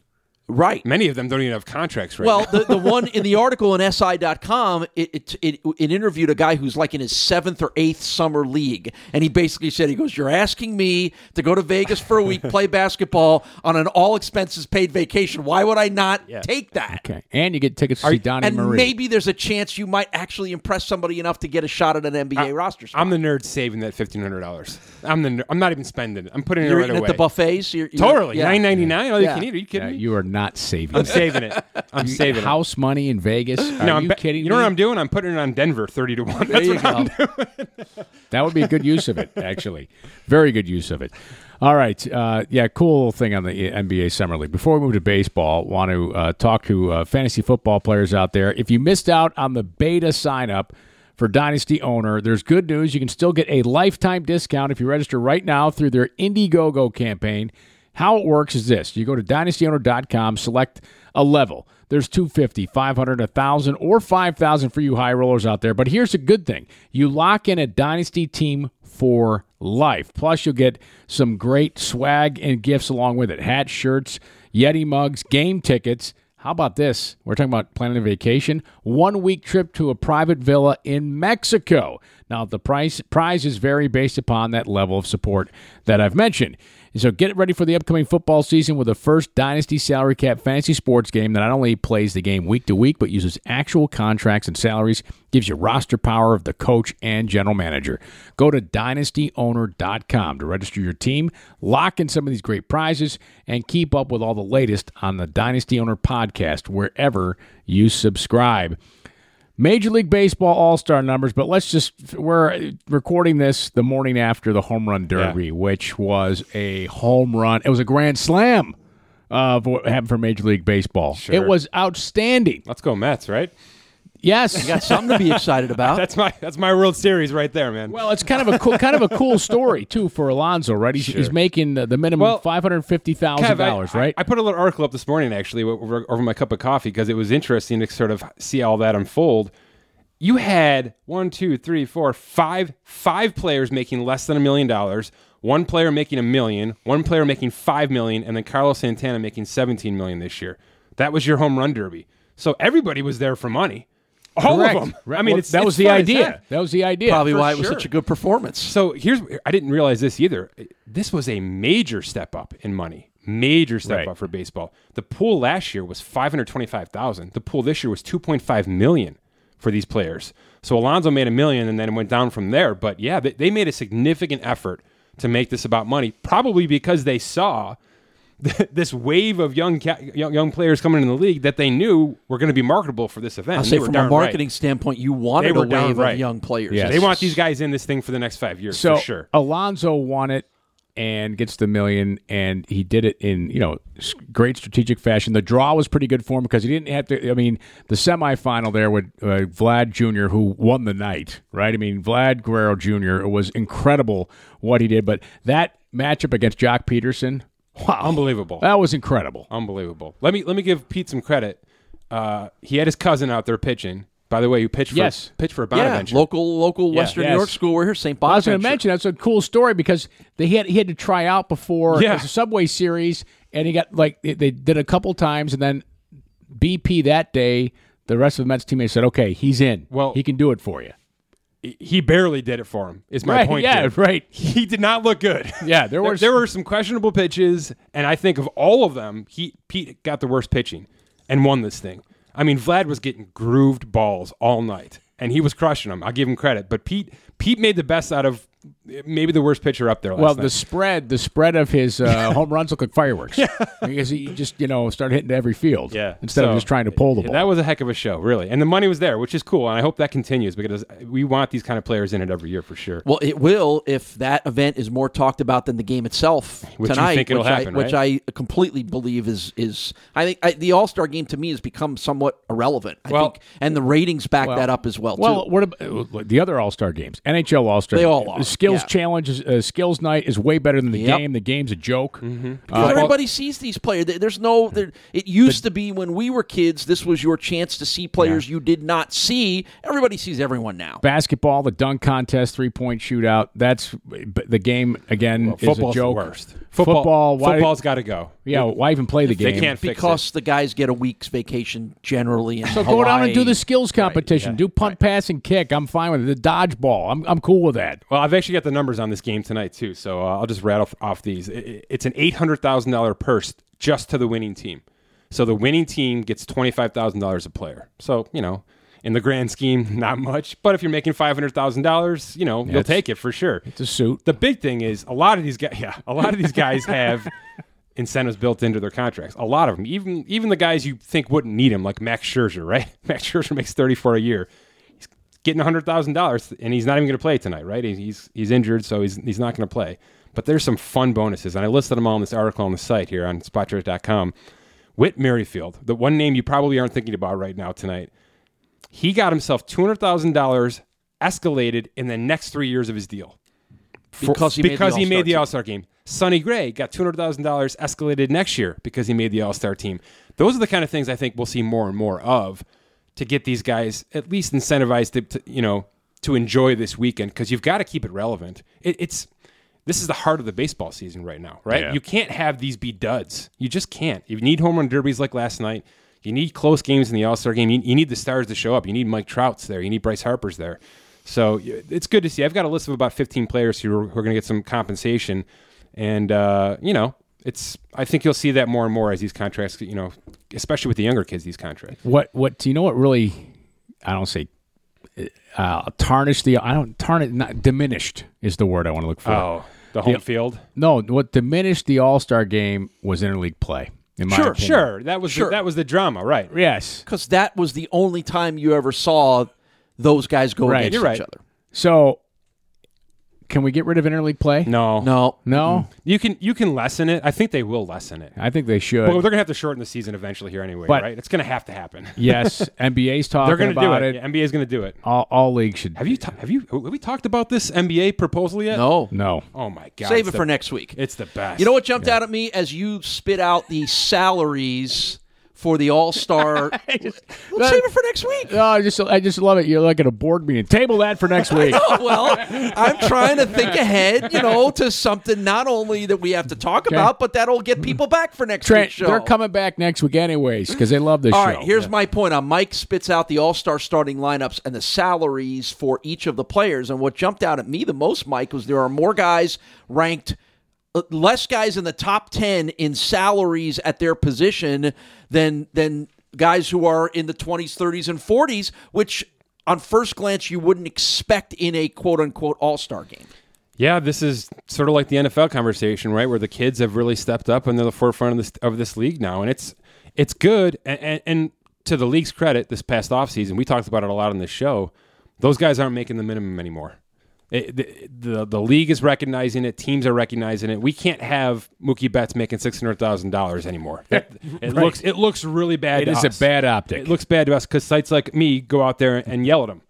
[SPEAKER 3] right?
[SPEAKER 4] many of them don't even have contracts right
[SPEAKER 3] Well,
[SPEAKER 4] now.
[SPEAKER 3] the, the one in the article in SI.com, it, it, it, it interviewed a guy who's like in his seventh or eighth summer league. And he basically said, he goes, You're asking me to go to Vegas for a week, play basketball on an all expenses paid vacation. Why would I not take that?
[SPEAKER 2] okay, and you get tickets to see Donnie
[SPEAKER 3] And
[SPEAKER 2] Marie.
[SPEAKER 3] maybe there's a chance you might actually impress somebody enough to get a shot at an NBA roster spot.
[SPEAKER 4] i'm the nerd saving that $1500 i'm the ner- i'm not even spending it i'm putting it
[SPEAKER 3] you're
[SPEAKER 4] right
[SPEAKER 3] eating
[SPEAKER 4] away
[SPEAKER 3] at the buffets. You're, you're-
[SPEAKER 4] totally
[SPEAKER 3] yeah.
[SPEAKER 4] 999 all
[SPEAKER 3] Yeah.
[SPEAKER 4] you can eat are you
[SPEAKER 2] yeah,
[SPEAKER 4] kidding me
[SPEAKER 2] you are not saving.
[SPEAKER 4] i'm saving it i'm saving it
[SPEAKER 2] house money in Vegas. Are
[SPEAKER 4] No,
[SPEAKER 2] you
[SPEAKER 4] I'm bet-
[SPEAKER 2] kidding
[SPEAKER 4] You know
[SPEAKER 2] me?
[SPEAKER 4] what I'm doing? I'm putting it on Denver, thirty to
[SPEAKER 3] There
[SPEAKER 4] one. That's
[SPEAKER 3] you
[SPEAKER 4] what I'm
[SPEAKER 3] go.
[SPEAKER 2] [laughs] That would be a good use of it, actually. Very good use of it. All right. Uh, yeah, cool thing on the NBA Summer League. Before we move to baseball, want to uh, talk to uh, fantasy football players out there. If you missed out on the beta sign up for Dynasty Owner, there's good news. You can still get a lifetime discount if you register right now through their Indiegogo campaign. How it works is this you go to dynastyowner.com, select a level. There's 250, 500, 1,000, or 5,000 for you high rollers out there. But here's a good thing you lock in a dynasty team for life. Plus, you'll get some great swag and gifts along with it hats, shirts, Yeti mugs, game tickets. How about this? We're talking about planning a vacation, one week trip to a private villa in Mexico. Now, the price prizes vary based upon that level of support that I've mentioned. And so get ready for the upcoming football season with the first Dynasty Salary Cap Fantasy Sports game that not only plays the game week to week, but uses actual contracts and salaries, gives you roster power of the coach and general manager. Go to dynastyowner.com to register your team, lock in some of these great prizes, and keep up with all the latest on the Dynasty Owner podcast wherever you subscribe. Major League Baseball All Star numbers, but let's just, we're recording this the morning after the Home Run Derby, which was a home run. It was a grand slam of what happened for Major League Baseball. It was outstanding.
[SPEAKER 4] Let's go Mets, right?
[SPEAKER 2] Yes.
[SPEAKER 3] Got something to be excited
[SPEAKER 4] [laughs]
[SPEAKER 3] about.
[SPEAKER 4] That's my that's my World Series right there, man.
[SPEAKER 2] Well, it's kind of a cool, kind of a cool story too for Alonzo, right? He's, he's making the, the minimum
[SPEAKER 4] Well,
[SPEAKER 2] five hundred fifty thousand
[SPEAKER 4] Kev, I-
[SPEAKER 2] dollars, right?
[SPEAKER 4] I, I put a little article up this morning actually over, over my cup of coffee because it was interesting to sort of see all that unfold. You had one, two, three, four, five, five players making less than a million dollars, one player making a million, one player making five million, and then Carlos Santana making seventeen million this year. That was your home run derby. So everybody was there for money. All
[SPEAKER 2] Correct.
[SPEAKER 4] of them.
[SPEAKER 2] Right.
[SPEAKER 4] I mean,
[SPEAKER 2] Well,
[SPEAKER 4] it's,
[SPEAKER 2] that
[SPEAKER 4] it's
[SPEAKER 2] was the
[SPEAKER 4] fun as
[SPEAKER 2] idea.
[SPEAKER 4] heck.
[SPEAKER 2] That was the idea.
[SPEAKER 3] Probably
[SPEAKER 4] for
[SPEAKER 3] why it was
[SPEAKER 4] sure.
[SPEAKER 3] such a good performance.
[SPEAKER 4] So here's I didn't realize this either. This was a major step up in money. Major step
[SPEAKER 2] Right.
[SPEAKER 4] up for baseball. The pool last year was 525,000. The pool this year was 2.5 million for these players. So Alonzo made a million and then it went down from there, but yeah, they, they made a significant effort to make this about money, probably because they saw [laughs] th- this wave of young, ca- young young players coming in the league that they knew were going to be marketable for this event.
[SPEAKER 3] I'll
[SPEAKER 4] And
[SPEAKER 3] say
[SPEAKER 4] they were
[SPEAKER 3] from a
[SPEAKER 4] darn
[SPEAKER 3] marketing
[SPEAKER 4] right.
[SPEAKER 3] standpoint, you
[SPEAKER 4] They
[SPEAKER 3] wanted a
[SPEAKER 4] were
[SPEAKER 3] wave
[SPEAKER 4] downright.
[SPEAKER 3] of young players.
[SPEAKER 2] Yes.
[SPEAKER 4] They want these guys in this thing for the next 5 years
[SPEAKER 2] so
[SPEAKER 4] for sure.
[SPEAKER 2] Alonzo won it and gets the million, and he did it in you know s- great strategic fashion. The draw was pretty good for him because he didn't have to. I mean, the semifinal there with uh, Vlad Jr., who won the night, right? I mean, Vlad Guerrero Jr. It was incredible what he did, but that matchup against Jock Peterson, wow,
[SPEAKER 4] Unbelievable.
[SPEAKER 2] That was incredible.
[SPEAKER 4] Unbelievable. Let me let me give Pete some credit. Uh, he had his cousin out there pitching. By the way, who pitched for
[SPEAKER 2] Yes.
[SPEAKER 4] pitched for
[SPEAKER 3] Yeah,
[SPEAKER 4] Bonaventure.
[SPEAKER 3] local local Western
[SPEAKER 2] Yes.
[SPEAKER 3] New York school. We're here, St.
[SPEAKER 2] I was
[SPEAKER 3] Bonaventure.
[SPEAKER 2] going to mention that's a cool story because they had he had to try out before
[SPEAKER 4] Yeah.
[SPEAKER 2] as a Subway Series, and he got like they, they did a couple times, and then BP that day, the rest of the Mets teammates said, "Okay, he's in.
[SPEAKER 4] Well-
[SPEAKER 2] he can do it for you."
[SPEAKER 4] he barely did it for him. Is my
[SPEAKER 2] Right,
[SPEAKER 4] point?
[SPEAKER 2] yeah,
[SPEAKER 4] here.
[SPEAKER 2] right.
[SPEAKER 4] [laughs] He did not look good. [laughs]
[SPEAKER 2] Yeah, there
[SPEAKER 4] there,
[SPEAKER 2] was-
[SPEAKER 4] there were some questionable pitches, and I think of all of them, he Pete got the worst pitching and won this thing. I mean, Vlad was getting grooved balls all night, and he was crushing them. I'll give him credit, but Pete Pete made the best out of maybe the worst pitcher up there. Last
[SPEAKER 2] Well,
[SPEAKER 4] night.
[SPEAKER 2] the spread, the spread of his uh, home runs looked like
[SPEAKER 4] [laughs]
[SPEAKER 2] fireworks because he just you know started hitting to every field
[SPEAKER 4] Yeah.
[SPEAKER 2] instead
[SPEAKER 4] So,
[SPEAKER 2] of just trying to pull the ball.
[SPEAKER 4] That was a heck of a show, really. And the money was there, which is cool. And I hope that continues because we want these kind of players in it every year for sure.
[SPEAKER 3] Well, it will if that event is more talked about than the game itself
[SPEAKER 4] Which you
[SPEAKER 3] tonight,
[SPEAKER 4] think it'll
[SPEAKER 3] which,
[SPEAKER 4] happen,
[SPEAKER 3] I, which I completely believe is is I think I, the All Star game to me has become somewhat irrelevant. I
[SPEAKER 4] Well-
[SPEAKER 3] think, and the ratings back that up as well.
[SPEAKER 2] Well,
[SPEAKER 3] too.
[SPEAKER 2] what about the other All Star games? NHL All Star.
[SPEAKER 3] They all are,
[SPEAKER 2] Skills
[SPEAKER 3] yeah.
[SPEAKER 2] challenge, is- uh, skills night is way better than the
[SPEAKER 3] Yep.
[SPEAKER 2] game. The game's a joke. Mm-hmm.
[SPEAKER 3] Because everybody sees these players. There- There's no. There, it used to be when we were kids, this was your chance to see players you did not see. Everybody sees everyone now.
[SPEAKER 2] basketball, the dunk contest, three point shootout. That's but the game again. is
[SPEAKER 4] Football's
[SPEAKER 2] a joke.
[SPEAKER 4] the worst.
[SPEAKER 2] Football. why,
[SPEAKER 4] football's got to go.
[SPEAKER 2] Yeah. Why even play the
[SPEAKER 4] They
[SPEAKER 2] game?
[SPEAKER 4] can't fix it.
[SPEAKER 3] Because the guys get a week's vacation generally. In
[SPEAKER 2] So go down and do
[SPEAKER 3] Hawaii.
[SPEAKER 2] the skills competition. Do punt, pass, and kick. I'm fine with it. The dodgeball. I'm I'm cool with that.
[SPEAKER 4] Well, I've actually got the numbers on this game tonight too, so uh, I'll just rattle f- off these. I- I- It's an eight hundred thousand dollar purse just to the winning team. So the winning team gets twenty five thousand dollars a player. So you know, in the grand scheme, [laughs] not much. But if you're making five hundred thousand dollars, you know you'll
[SPEAKER 2] it's-
[SPEAKER 4] take it for sure.
[SPEAKER 2] It's a suit.
[SPEAKER 4] The big thing is a lot of these guys. [laughs] Yeah, a lot of these guys have incentives built into their contracts. A lot of them, even even the guys you think wouldn't need him, like Max Scherzer, right? [laughs] Max Scherzer makes thirty four a year. He's getting hundred thousand dollars, and he's not even going to play tonight, right? He's- He's he's injured, so he's he's not going to play. But there's some fun bonuses, and I listed them all in this article on the site here on SpotTrack.com. Whit Merrifield, the one name you probably aren't thinking about right now tonight, he got himself two hundred thousand dollars escalated in the next three years of his deal for-
[SPEAKER 3] Because he made the All-Star
[SPEAKER 4] he made the
[SPEAKER 3] team.
[SPEAKER 4] All Star game. Sonny Gray got two hundred thousand dollars escalated next year because he made the All Star team. Those are the kind of things I think we'll see more and more of to get these guys at least incentivized to, to you know to enjoy this weekend because you've got to keep it relevant. It, it's this is the heart of the baseball season right now, right?
[SPEAKER 2] Yeah.
[SPEAKER 4] You can't have these be duds. You just can't. You need home run derbies like last night. You need close games in the All Star game. You, you need the stars to show up. You need Mike Trout's there. You need Bryce Harper's there. So y- it's good to see. I've got a list of about 15 players who are, who are going to get some compensation, and uh, you know, it's. I think you'll see that more and more as these contracts, you know, especially with the younger kids, these contracts.
[SPEAKER 2] What what do you know? What really? I don't say. Uh, tarnish the. I don't tarnish. Not diminished is the word I
[SPEAKER 4] Oh.
[SPEAKER 2] want to look for.
[SPEAKER 4] the home field.
[SPEAKER 2] No, what diminished the All Star game was interleague play. In my
[SPEAKER 4] Sure,
[SPEAKER 2] opinion.
[SPEAKER 4] sure. That was
[SPEAKER 3] Sure.
[SPEAKER 4] The, that was the drama, right?
[SPEAKER 2] Yes.
[SPEAKER 3] because that was the only time you ever saw those guys go
[SPEAKER 2] Right,
[SPEAKER 3] against
[SPEAKER 4] you're
[SPEAKER 3] each
[SPEAKER 4] right.
[SPEAKER 3] other.
[SPEAKER 2] So, can we get rid of interleague play?
[SPEAKER 4] No,
[SPEAKER 3] No,
[SPEAKER 2] No?
[SPEAKER 4] You can you can lessen it. I think they will lessen it.
[SPEAKER 2] I think they should.
[SPEAKER 4] Well, [laughs] they're gonna have to shorten the season eventually here anyway,
[SPEAKER 2] But-
[SPEAKER 4] right? It's gonna have to happen.
[SPEAKER 2] yes, NBA's talking
[SPEAKER 4] [laughs] They're gonna do
[SPEAKER 2] about
[SPEAKER 4] it. NBA's gonna do it.
[SPEAKER 2] All, all leagues should.
[SPEAKER 4] Have you ta- have you have we talked about this NBA proposal yet?
[SPEAKER 3] no.
[SPEAKER 2] No.
[SPEAKER 4] Oh my god.
[SPEAKER 3] Save
[SPEAKER 4] it's
[SPEAKER 3] it
[SPEAKER 4] the-
[SPEAKER 3] for next week.
[SPEAKER 4] It's the best.
[SPEAKER 3] You know what jumped out at me as you spit out the salaries for the All
[SPEAKER 4] [laughs]
[SPEAKER 3] Star? Let's save it for next week.
[SPEAKER 2] No, I just I just love it. You're like at a board meeting. Table that for
[SPEAKER 4] [laughs]
[SPEAKER 2] next week.
[SPEAKER 3] Oh, well, I'm trying to think ahead, you know, to something not only that we have to talk about, but that'll get people back for next
[SPEAKER 2] Trent,
[SPEAKER 3] week's show.
[SPEAKER 2] they're coming back next week anyways because they love this
[SPEAKER 3] All
[SPEAKER 2] show.
[SPEAKER 3] right, here's my point on Mike spits out the All Star starting lineups and the salaries for each of the players. And what jumped out at me the most, Mike, was there are more guys ranked, uh, less guys in the top ten in salaries at their position than than guys who are in the twenties, thirties, and forties, which on first glance you wouldn't expect in a quote unquote All Star game.
[SPEAKER 4] Yeah, this is sort of like the NFL conversation, right? Where the kids have really stepped up and they're the forefront of this of this league now, and it's it's good. And, and, and to the league's credit, this past offseason, we talked about it a lot on this show. Those guys aren't making the minimum anymore. It, the, the the league is recognizing it. Teams are recognizing it. We can't have Mookie Betts making six hundred thousand dollars anymore.
[SPEAKER 2] [laughs]
[SPEAKER 4] That- It looks it looks really bad.
[SPEAKER 2] It
[SPEAKER 4] to
[SPEAKER 2] is a
[SPEAKER 4] us.
[SPEAKER 2] bad optic.
[SPEAKER 4] It looks bad to us because sites like me go out there and yell at them,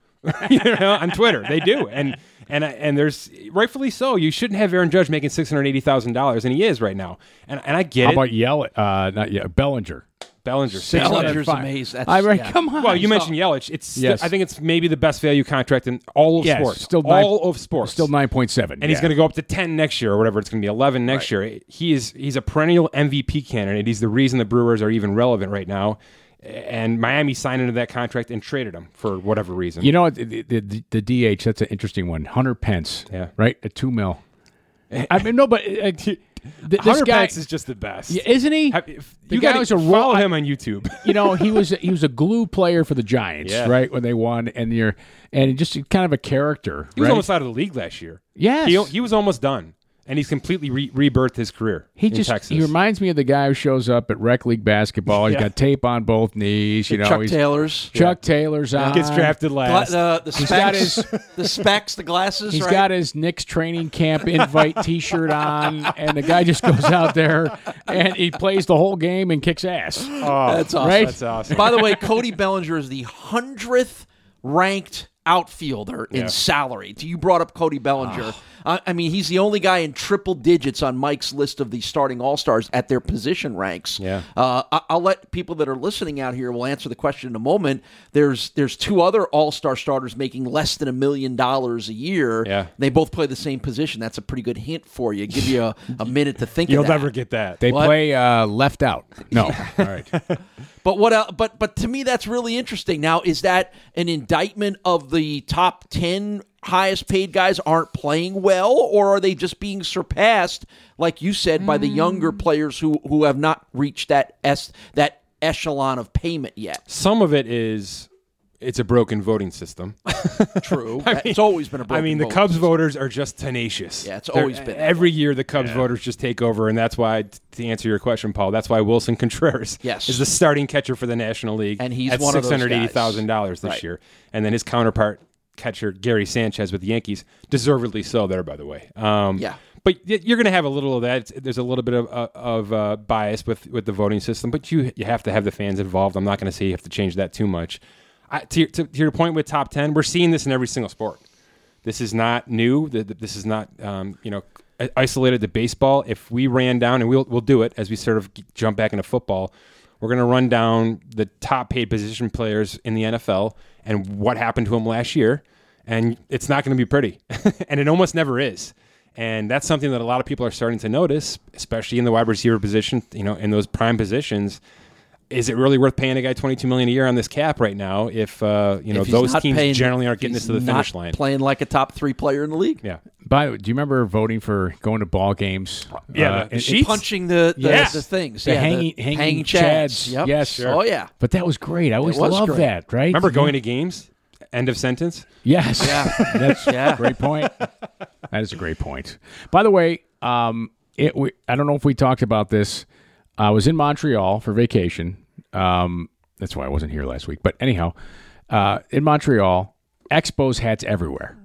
[SPEAKER 4] [laughs] you know, on Twitter. They do, and and I- and there's rightfully so. You shouldn't have Aaron Judge making six hundred eighty thousand dollars, and he is right now. And and I get
[SPEAKER 2] How
[SPEAKER 4] it.
[SPEAKER 2] about Yelich? Uh, not Yelich, Bellinger.
[SPEAKER 4] Bellinger?
[SPEAKER 2] Six hundred
[SPEAKER 3] Bellinger's
[SPEAKER 2] five.
[SPEAKER 3] amazed. That's-
[SPEAKER 2] I mean,
[SPEAKER 3] yeah.
[SPEAKER 2] come on.
[SPEAKER 4] Well, you mentioned Yelich. It's still-
[SPEAKER 2] Yes.
[SPEAKER 4] I think it's maybe the best value contract in all of
[SPEAKER 2] Yes,
[SPEAKER 4] sports.
[SPEAKER 2] still nine-
[SPEAKER 4] all of sports.
[SPEAKER 2] still nine point seven,
[SPEAKER 4] and he's going to go up to 10 next year or whatever it's going to be 11 next year he is he's a perennial mvp candidate he's the reason the brewers are even relevant right now and miami signed into that contract and traded him for whatever reason
[SPEAKER 2] You know what? The, the, the- the DH, that's an interesting one. Hunter Pence.
[SPEAKER 4] Yeah.
[SPEAKER 2] Right? A two mil. I mean, no, but uh, th- this
[SPEAKER 4] Hunter
[SPEAKER 2] guy.
[SPEAKER 4] Pence is just the best
[SPEAKER 2] Yeah, isn't he?
[SPEAKER 4] Have- if-
[SPEAKER 2] The
[SPEAKER 4] you
[SPEAKER 2] guy
[SPEAKER 4] got
[SPEAKER 2] was
[SPEAKER 4] to
[SPEAKER 2] a
[SPEAKER 4] follow
[SPEAKER 2] raw-
[SPEAKER 4] him on youtube
[SPEAKER 2] [laughs]
[SPEAKER 4] [laughs]
[SPEAKER 2] you know, he was he was a glue player for the Giants,
[SPEAKER 4] Yeah.
[SPEAKER 2] right? When they won, and you're and just kind of a character.
[SPEAKER 4] he was
[SPEAKER 2] right?
[SPEAKER 4] almost out of the league last year
[SPEAKER 2] Yes.
[SPEAKER 4] he, he was almost done and he's completely re- rebirthed his career
[SPEAKER 2] He
[SPEAKER 4] in
[SPEAKER 2] just
[SPEAKER 4] Texas.
[SPEAKER 2] he reminds me of the guy who shows up at rec league basketball. He's
[SPEAKER 4] Yeah.
[SPEAKER 2] got tape on both knees. You know,
[SPEAKER 3] Chuck
[SPEAKER 2] he's,
[SPEAKER 3] Taylor's.
[SPEAKER 2] Chuck Taylor's on.
[SPEAKER 4] gets drafted
[SPEAKER 3] Gla-
[SPEAKER 4] last
[SPEAKER 3] the, the specs,
[SPEAKER 2] got
[SPEAKER 3] the specs, the glasses.
[SPEAKER 2] He's
[SPEAKER 3] right?
[SPEAKER 2] got his Knicks training camp invite T-shirt on, and the guy just goes out there and he plays the whole game and kicks ass.
[SPEAKER 3] That's awesome.
[SPEAKER 2] Right? [laughs]
[SPEAKER 4] That's awesome.
[SPEAKER 3] By the way, Cody Bellinger is the hundredth ranked outfielder in salary. You brought up Cody Bellinger.
[SPEAKER 4] Ah.
[SPEAKER 3] Uh, I I mean, he's the only guy in triple digits on Mike's list of the starting all stars at their position ranks.
[SPEAKER 4] Yeah.
[SPEAKER 3] Uh, I- I'll let people that are listening out here will answer the question in a moment. There's there's two other all star starters making less than a million dollars a year.
[SPEAKER 4] Yeah.
[SPEAKER 3] They both play the same position. That's a pretty good hint for you. Give you a, a minute to think. of
[SPEAKER 4] [laughs] you'll
[SPEAKER 3] that.
[SPEAKER 4] never get that
[SPEAKER 2] They
[SPEAKER 3] What?
[SPEAKER 2] play uh, left out. No, all right.
[SPEAKER 3] But what? el but but to me, that's really interesting. Now, is that an indictment of the top ten highest paid guys aren't playing well, or are they just being surpassed, like you said, by the younger players who who have not reached that s that echelon of payment yet?
[SPEAKER 4] some of it is it's a broken voting system
[SPEAKER 3] True, it's always been a
[SPEAKER 4] I
[SPEAKER 3] broken
[SPEAKER 4] mean, the
[SPEAKER 3] vote.
[SPEAKER 4] Cubs voters are just tenacious.
[SPEAKER 3] Yeah, it's
[SPEAKER 4] They're-
[SPEAKER 3] always been that
[SPEAKER 4] Every year, the Cubs voters just take over, and that's why, t- to answer your question, Paul, that's why Wilson [laughs] Contreras
[SPEAKER 3] Yes.
[SPEAKER 4] is the starting catcher for the National League,
[SPEAKER 3] And he's
[SPEAKER 4] at
[SPEAKER 3] one of those
[SPEAKER 4] six
[SPEAKER 3] guys.
[SPEAKER 4] hundred eighty thousand dollars this
[SPEAKER 3] Right.
[SPEAKER 4] year, and then his counterpart catcher Gary Sanchez with the Yankees, deservedly so. There, by the way. Um,
[SPEAKER 3] Yeah.
[SPEAKER 4] But y- you're going to have a little of that. It's- There's a little bit of, uh, of uh, bias with, with the voting system, but you you have to have the fans involved. I'm not going to say you have to change that too much. I, to, your- to, to your point with top ten, we're seeing this in every single sport. This is not new. Th- th- This is not um, you know i- isolated to baseball. If we ran down, and we'll we'll do it as we sort of g- jump back into football. We're going to run down the top paid position players in the NFL and what happened to them last year, and it's not going to be pretty, [laughs] and it almost never is. And that's something that a lot of people are starting to notice, especially in the wide receiver position, you know, in those prime positions. Is it really worth paying a guy twenty two million a year on this cap right now if uh, you know
[SPEAKER 3] If he's
[SPEAKER 4] those
[SPEAKER 3] not
[SPEAKER 4] teams
[SPEAKER 3] paying-
[SPEAKER 4] generally aren't
[SPEAKER 3] if
[SPEAKER 4] getting
[SPEAKER 3] he's
[SPEAKER 4] us to the
[SPEAKER 3] not
[SPEAKER 4] finish line?
[SPEAKER 3] Playing like a top three player in the league,
[SPEAKER 4] yeah.
[SPEAKER 2] By the way, do you remember voting for going to ball games?
[SPEAKER 4] Yeah, the- the
[SPEAKER 2] and-
[SPEAKER 4] sheets?
[SPEAKER 3] punching the the,
[SPEAKER 4] Yes.
[SPEAKER 3] the things,
[SPEAKER 2] The
[SPEAKER 3] yeah,
[SPEAKER 2] hanging-
[SPEAKER 3] the
[SPEAKER 2] hanging
[SPEAKER 3] hanging
[SPEAKER 2] chads.
[SPEAKER 3] Yep.
[SPEAKER 2] Yes.
[SPEAKER 3] oh yeah,
[SPEAKER 2] But that was great. I always
[SPEAKER 3] was
[SPEAKER 2] loved
[SPEAKER 3] great.
[SPEAKER 2] that. Right?
[SPEAKER 4] Remember going to games? End of sentence.
[SPEAKER 2] Yes.
[SPEAKER 3] Yeah.
[SPEAKER 2] [laughs] That's
[SPEAKER 3] Yeah.
[SPEAKER 2] a great point. That is a great point. By the way, um, it we, I don't know if we talked about this. I was in Montreal for vacation. Um, that's why I wasn't here last week. But anyhow, uh, in Montreal, Expos hats everywhere.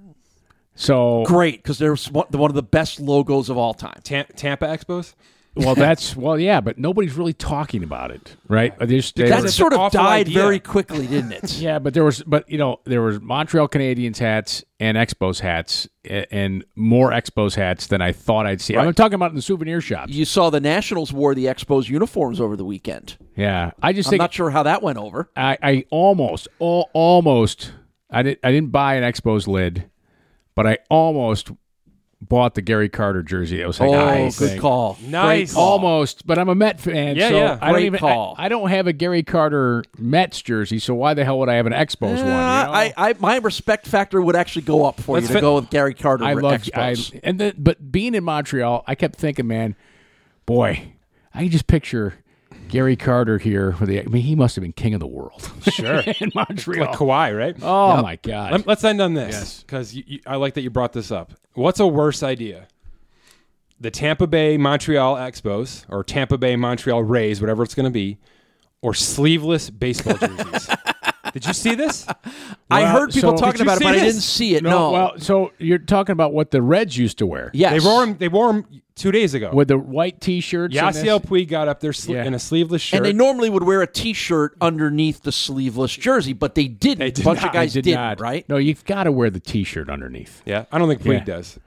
[SPEAKER 2] So
[SPEAKER 3] Great, because there's one, one of the best logos of all time.
[SPEAKER 4] Tam- Tampa Expos.
[SPEAKER 2] well, that's well, yeah, but nobody's really talking about it, right? They just- they
[SPEAKER 3] That
[SPEAKER 2] were-
[SPEAKER 4] it's
[SPEAKER 3] sort
[SPEAKER 4] an
[SPEAKER 3] of
[SPEAKER 4] awful
[SPEAKER 3] died
[SPEAKER 4] idea.
[SPEAKER 3] very quickly, didn't
[SPEAKER 2] [laughs]
[SPEAKER 3] it?
[SPEAKER 2] Yeah, but there was, but you know, there was Montreal Canadiens hats and Expos hats, a- and more Expos hats than I thought I'd see. I'm talking about in the souvenir shops.
[SPEAKER 3] You saw the Nationals wore the Expos uniforms over the weekend.
[SPEAKER 2] Yeah, I just
[SPEAKER 3] I'm
[SPEAKER 2] think
[SPEAKER 3] not sure how that went over.
[SPEAKER 2] I, I almost, al- almost, I didn't, I didn't buy an Expos lid, but I almost bought the Gary Carter jersey. I was like,
[SPEAKER 3] Oh,
[SPEAKER 2] I
[SPEAKER 3] good
[SPEAKER 2] think-
[SPEAKER 3] call.
[SPEAKER 4] Nice.
[SPEAKER 3] Great call.
[SPEAKER 2] Almost, but I'm a Met fan,
[SPEAKER 4] Yeah,
[SPEAKER 2] so
[SPEAKER 4] yeah.
[SPEAKER 2] I don't
[SPEAKER 3] Great
[SPEAKER 2] even.
[SPEAKER 3] call.
[SPEAKER 2] I, I don't have a Gary Carter Mets jersey, so why the hell would I have an Expos one? you
[SPEAKER 3] Uh,
[SPEAKER 2] know?
[SPEAKER 3] I, I, my respect factor would actually go up for
[SPEAKER 4] Let's
[SPEAKER 3] you to
[SPEAKER 4] fin-
[SPEAKER 3] go with Gary Carter.
[SPEAKER 2] I
[SPEAKER 3] or
[SPEAKER 2] love
[SPEAKER 3] Expos.
[SPEAKER 2] I, and the, but being in Montreal, I kept thinking, man, boy, I can just picture Gary Carter here with the. I mean, he must have been king of the world. Sure, [laughs] in Montreal.
[SPEAKER 4] Like Kawhi, right?
[SPEAKER 2] oh my god!
[SPEAKER 4] Let, us end on this because I like that you brought this up. What's a worse idea? The Tampa Bay Montreal Expos or Tampa Bay Montreal Rays, whatever it's going to be, or sleeveless
[SPEAKER 2] [laughs]
[SPEAKER 4] baseball jerseys. Did you see this?
[SPEAKER 3] I
[SPEAKER 2] Well,
[SPEAKER 3] heard
[SPEAKER 2] so-
[SPEAKER 3] people
[SPEAKER 2] Did
[SPEAKER 3] talking
[SPEAKER 2] you
[SPEAKER 3] about it,
[SPEAKER 4] see
[SPEAKER 3] but I
[SPEAKER 4] this?
[SPEAKER 3] didn't see it. No.
[SPEAKER 2] Well, so you're talking about what the Reds used to wear?
[SPEAKER 3] yes.
[SPEAKER 4] They wore 'em- They wore 'em two days ago.
[SPEAKER 2] with the white T-shirts. and this-
[SPEAKER 4] Yasiel Puig got up there sle-
[SPEAKER 2] Yeah.
[SPEAKER 4] in a sleeveless shirt.
[SPEAKER 3] And they normally would wear a T-shirt underneath the sleeveless jersey, but they didn't.
[SPEAKER 4] did
[SPEAKER 3] a bunch
[SPEAKER 4] not.
[SPEAKER 3] of
[SPEAKER 4] They
[SPEAKER 2] I
[SPEAKER 3] guys
[SPEAKER 2] did
[SPEAKER 3] not
[SPEAKER 2] not.
[SPEAKER 3] right?
[SPEAKER 2] No, you've got to wear the T-shirt underneath.
[SPEAKER 4] yeah, I don't think Puig
[SPEAKER 2] Yeah.
[SPEAKER 4] does.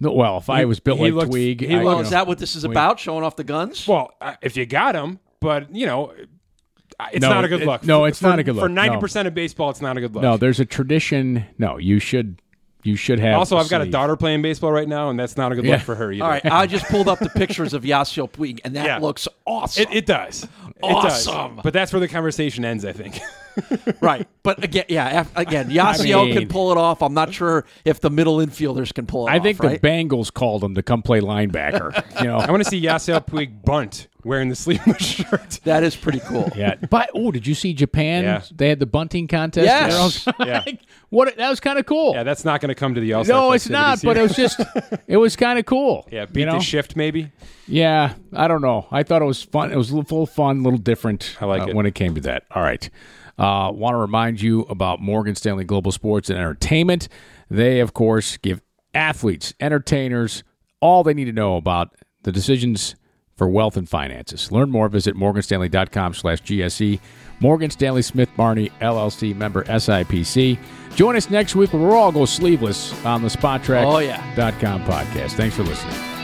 [SPEAKER 2] No, well, if I was built
[SPEAKER 4] he
[SPEAKER 2] like
[SPEAKER 4] looked-
[SPEAKER 2] Twig,
[SPEAKER 4] he
[SPEAKER 2] I, you
[SPEAKER 3] Well,
[SPEAKER 2] know.
[SPEAKER 3] is that what this is about? Showing off the guns?
[SPEAKER 4] Well, uh, if you got him, but you know, it's
[SPEAKER 2] No,
[SPEAKER 4] not a good
[SPEAKER 2] it-
[SPEAKER 4] look.
[SPEAKER 2] no, it's
[SPEAKER 4] For-
[SPEAKER 2] not a good look,
[SPEAKER 4] For
[SPEAKER 2] no.
[SPEAKER 4] ninety percent of baseball, it's not a good look.
[SPEAKER 2] no, there's a tradition. No, you should, you should have.
[SPEAKER 4] Also,
[SPEAKER 2] i
[SPEAKER 4] I've got a daughter playing baseball right now, and that's not a good
[SPEAKER 2] Yeah.
[SPEAKER 4] look for her either.
[SPEAKER 3] All right, I just pulled up the pictures of Yasiel Puig, and that
[SPEAKER 4] Yeah.
[SPEAKER 3] looks awesome.
[SPEAKER 4] It, it does. It
[SPEAKER 3] Awesome.
[SPEAKER 4] does. But that's where the conversation ends, I think. [laughs]
[SPEAKER 3] right, but again, yeah, af- again, Yasiel
[SPEAKER 2] mean-
[SPEAKER 3] can pull it off. I'm not sure if the middle infielders can pull it
[SPEAKER 2] I
[SPEAKER 3] off.
[SPEAKER 2] think
[SPEAKER 3] right?
[SPEAKER 2] the Bengals called him to come play linebacker. [laughs] You
[SPEAKER 4] I
[SPEAKER 2] know,
[SPEAKER 4] want to see Yasiel Puig bunt wearing the sleeveless [laughs] shirt.
[SPEAKER 3] that is pretty cool.
[SPEAKER 2] yeah. But oh, did you see Japan?
[SPEAKER 4] Yeah.
[SPEAKER 2] They had the bunting contest.
[SPEAKER 3] Yes.
[SPEAKER 2] They're all-
[SPEAKER 4] Yeah.
[SPEAKER 2] what that was kind of cool.
[SPEAKER 4] Yeah, that's not going to come to the All Star.
[SPEAKER 2] no, it's not. But it was just, it was kind of [laughs] cool.
[SPEAKER 4] yeah, beat
[SPEAKER 2] you know?
[SPEAKER 4] the shift maybe.
[SPEAKER 2] Yeah, I don't know. I thought it was fun. It was a little full of fun, a little different.
[SPEAKER 4] I like
[SPEAKER 2] uh,
[SPEAKER 4] it.
[SPEAKER 2] when it came to that. All right. Uh, Want to remind you about Morgan Stanley Global Sports and Entertainment. They, of course, give athletes, entertainers, all they need to know about the decisions for wealth and finances. Learn more. Visit morganstanley.com slash GSE. Morgan Stanley Smith Barney LLC member SIPC. Join us next week when we're all go sleeveless on the
[SPEAKER 3] Oh, yeah.
[SPEAKER 2] SpotTrack.com podcast. Thanks for listening.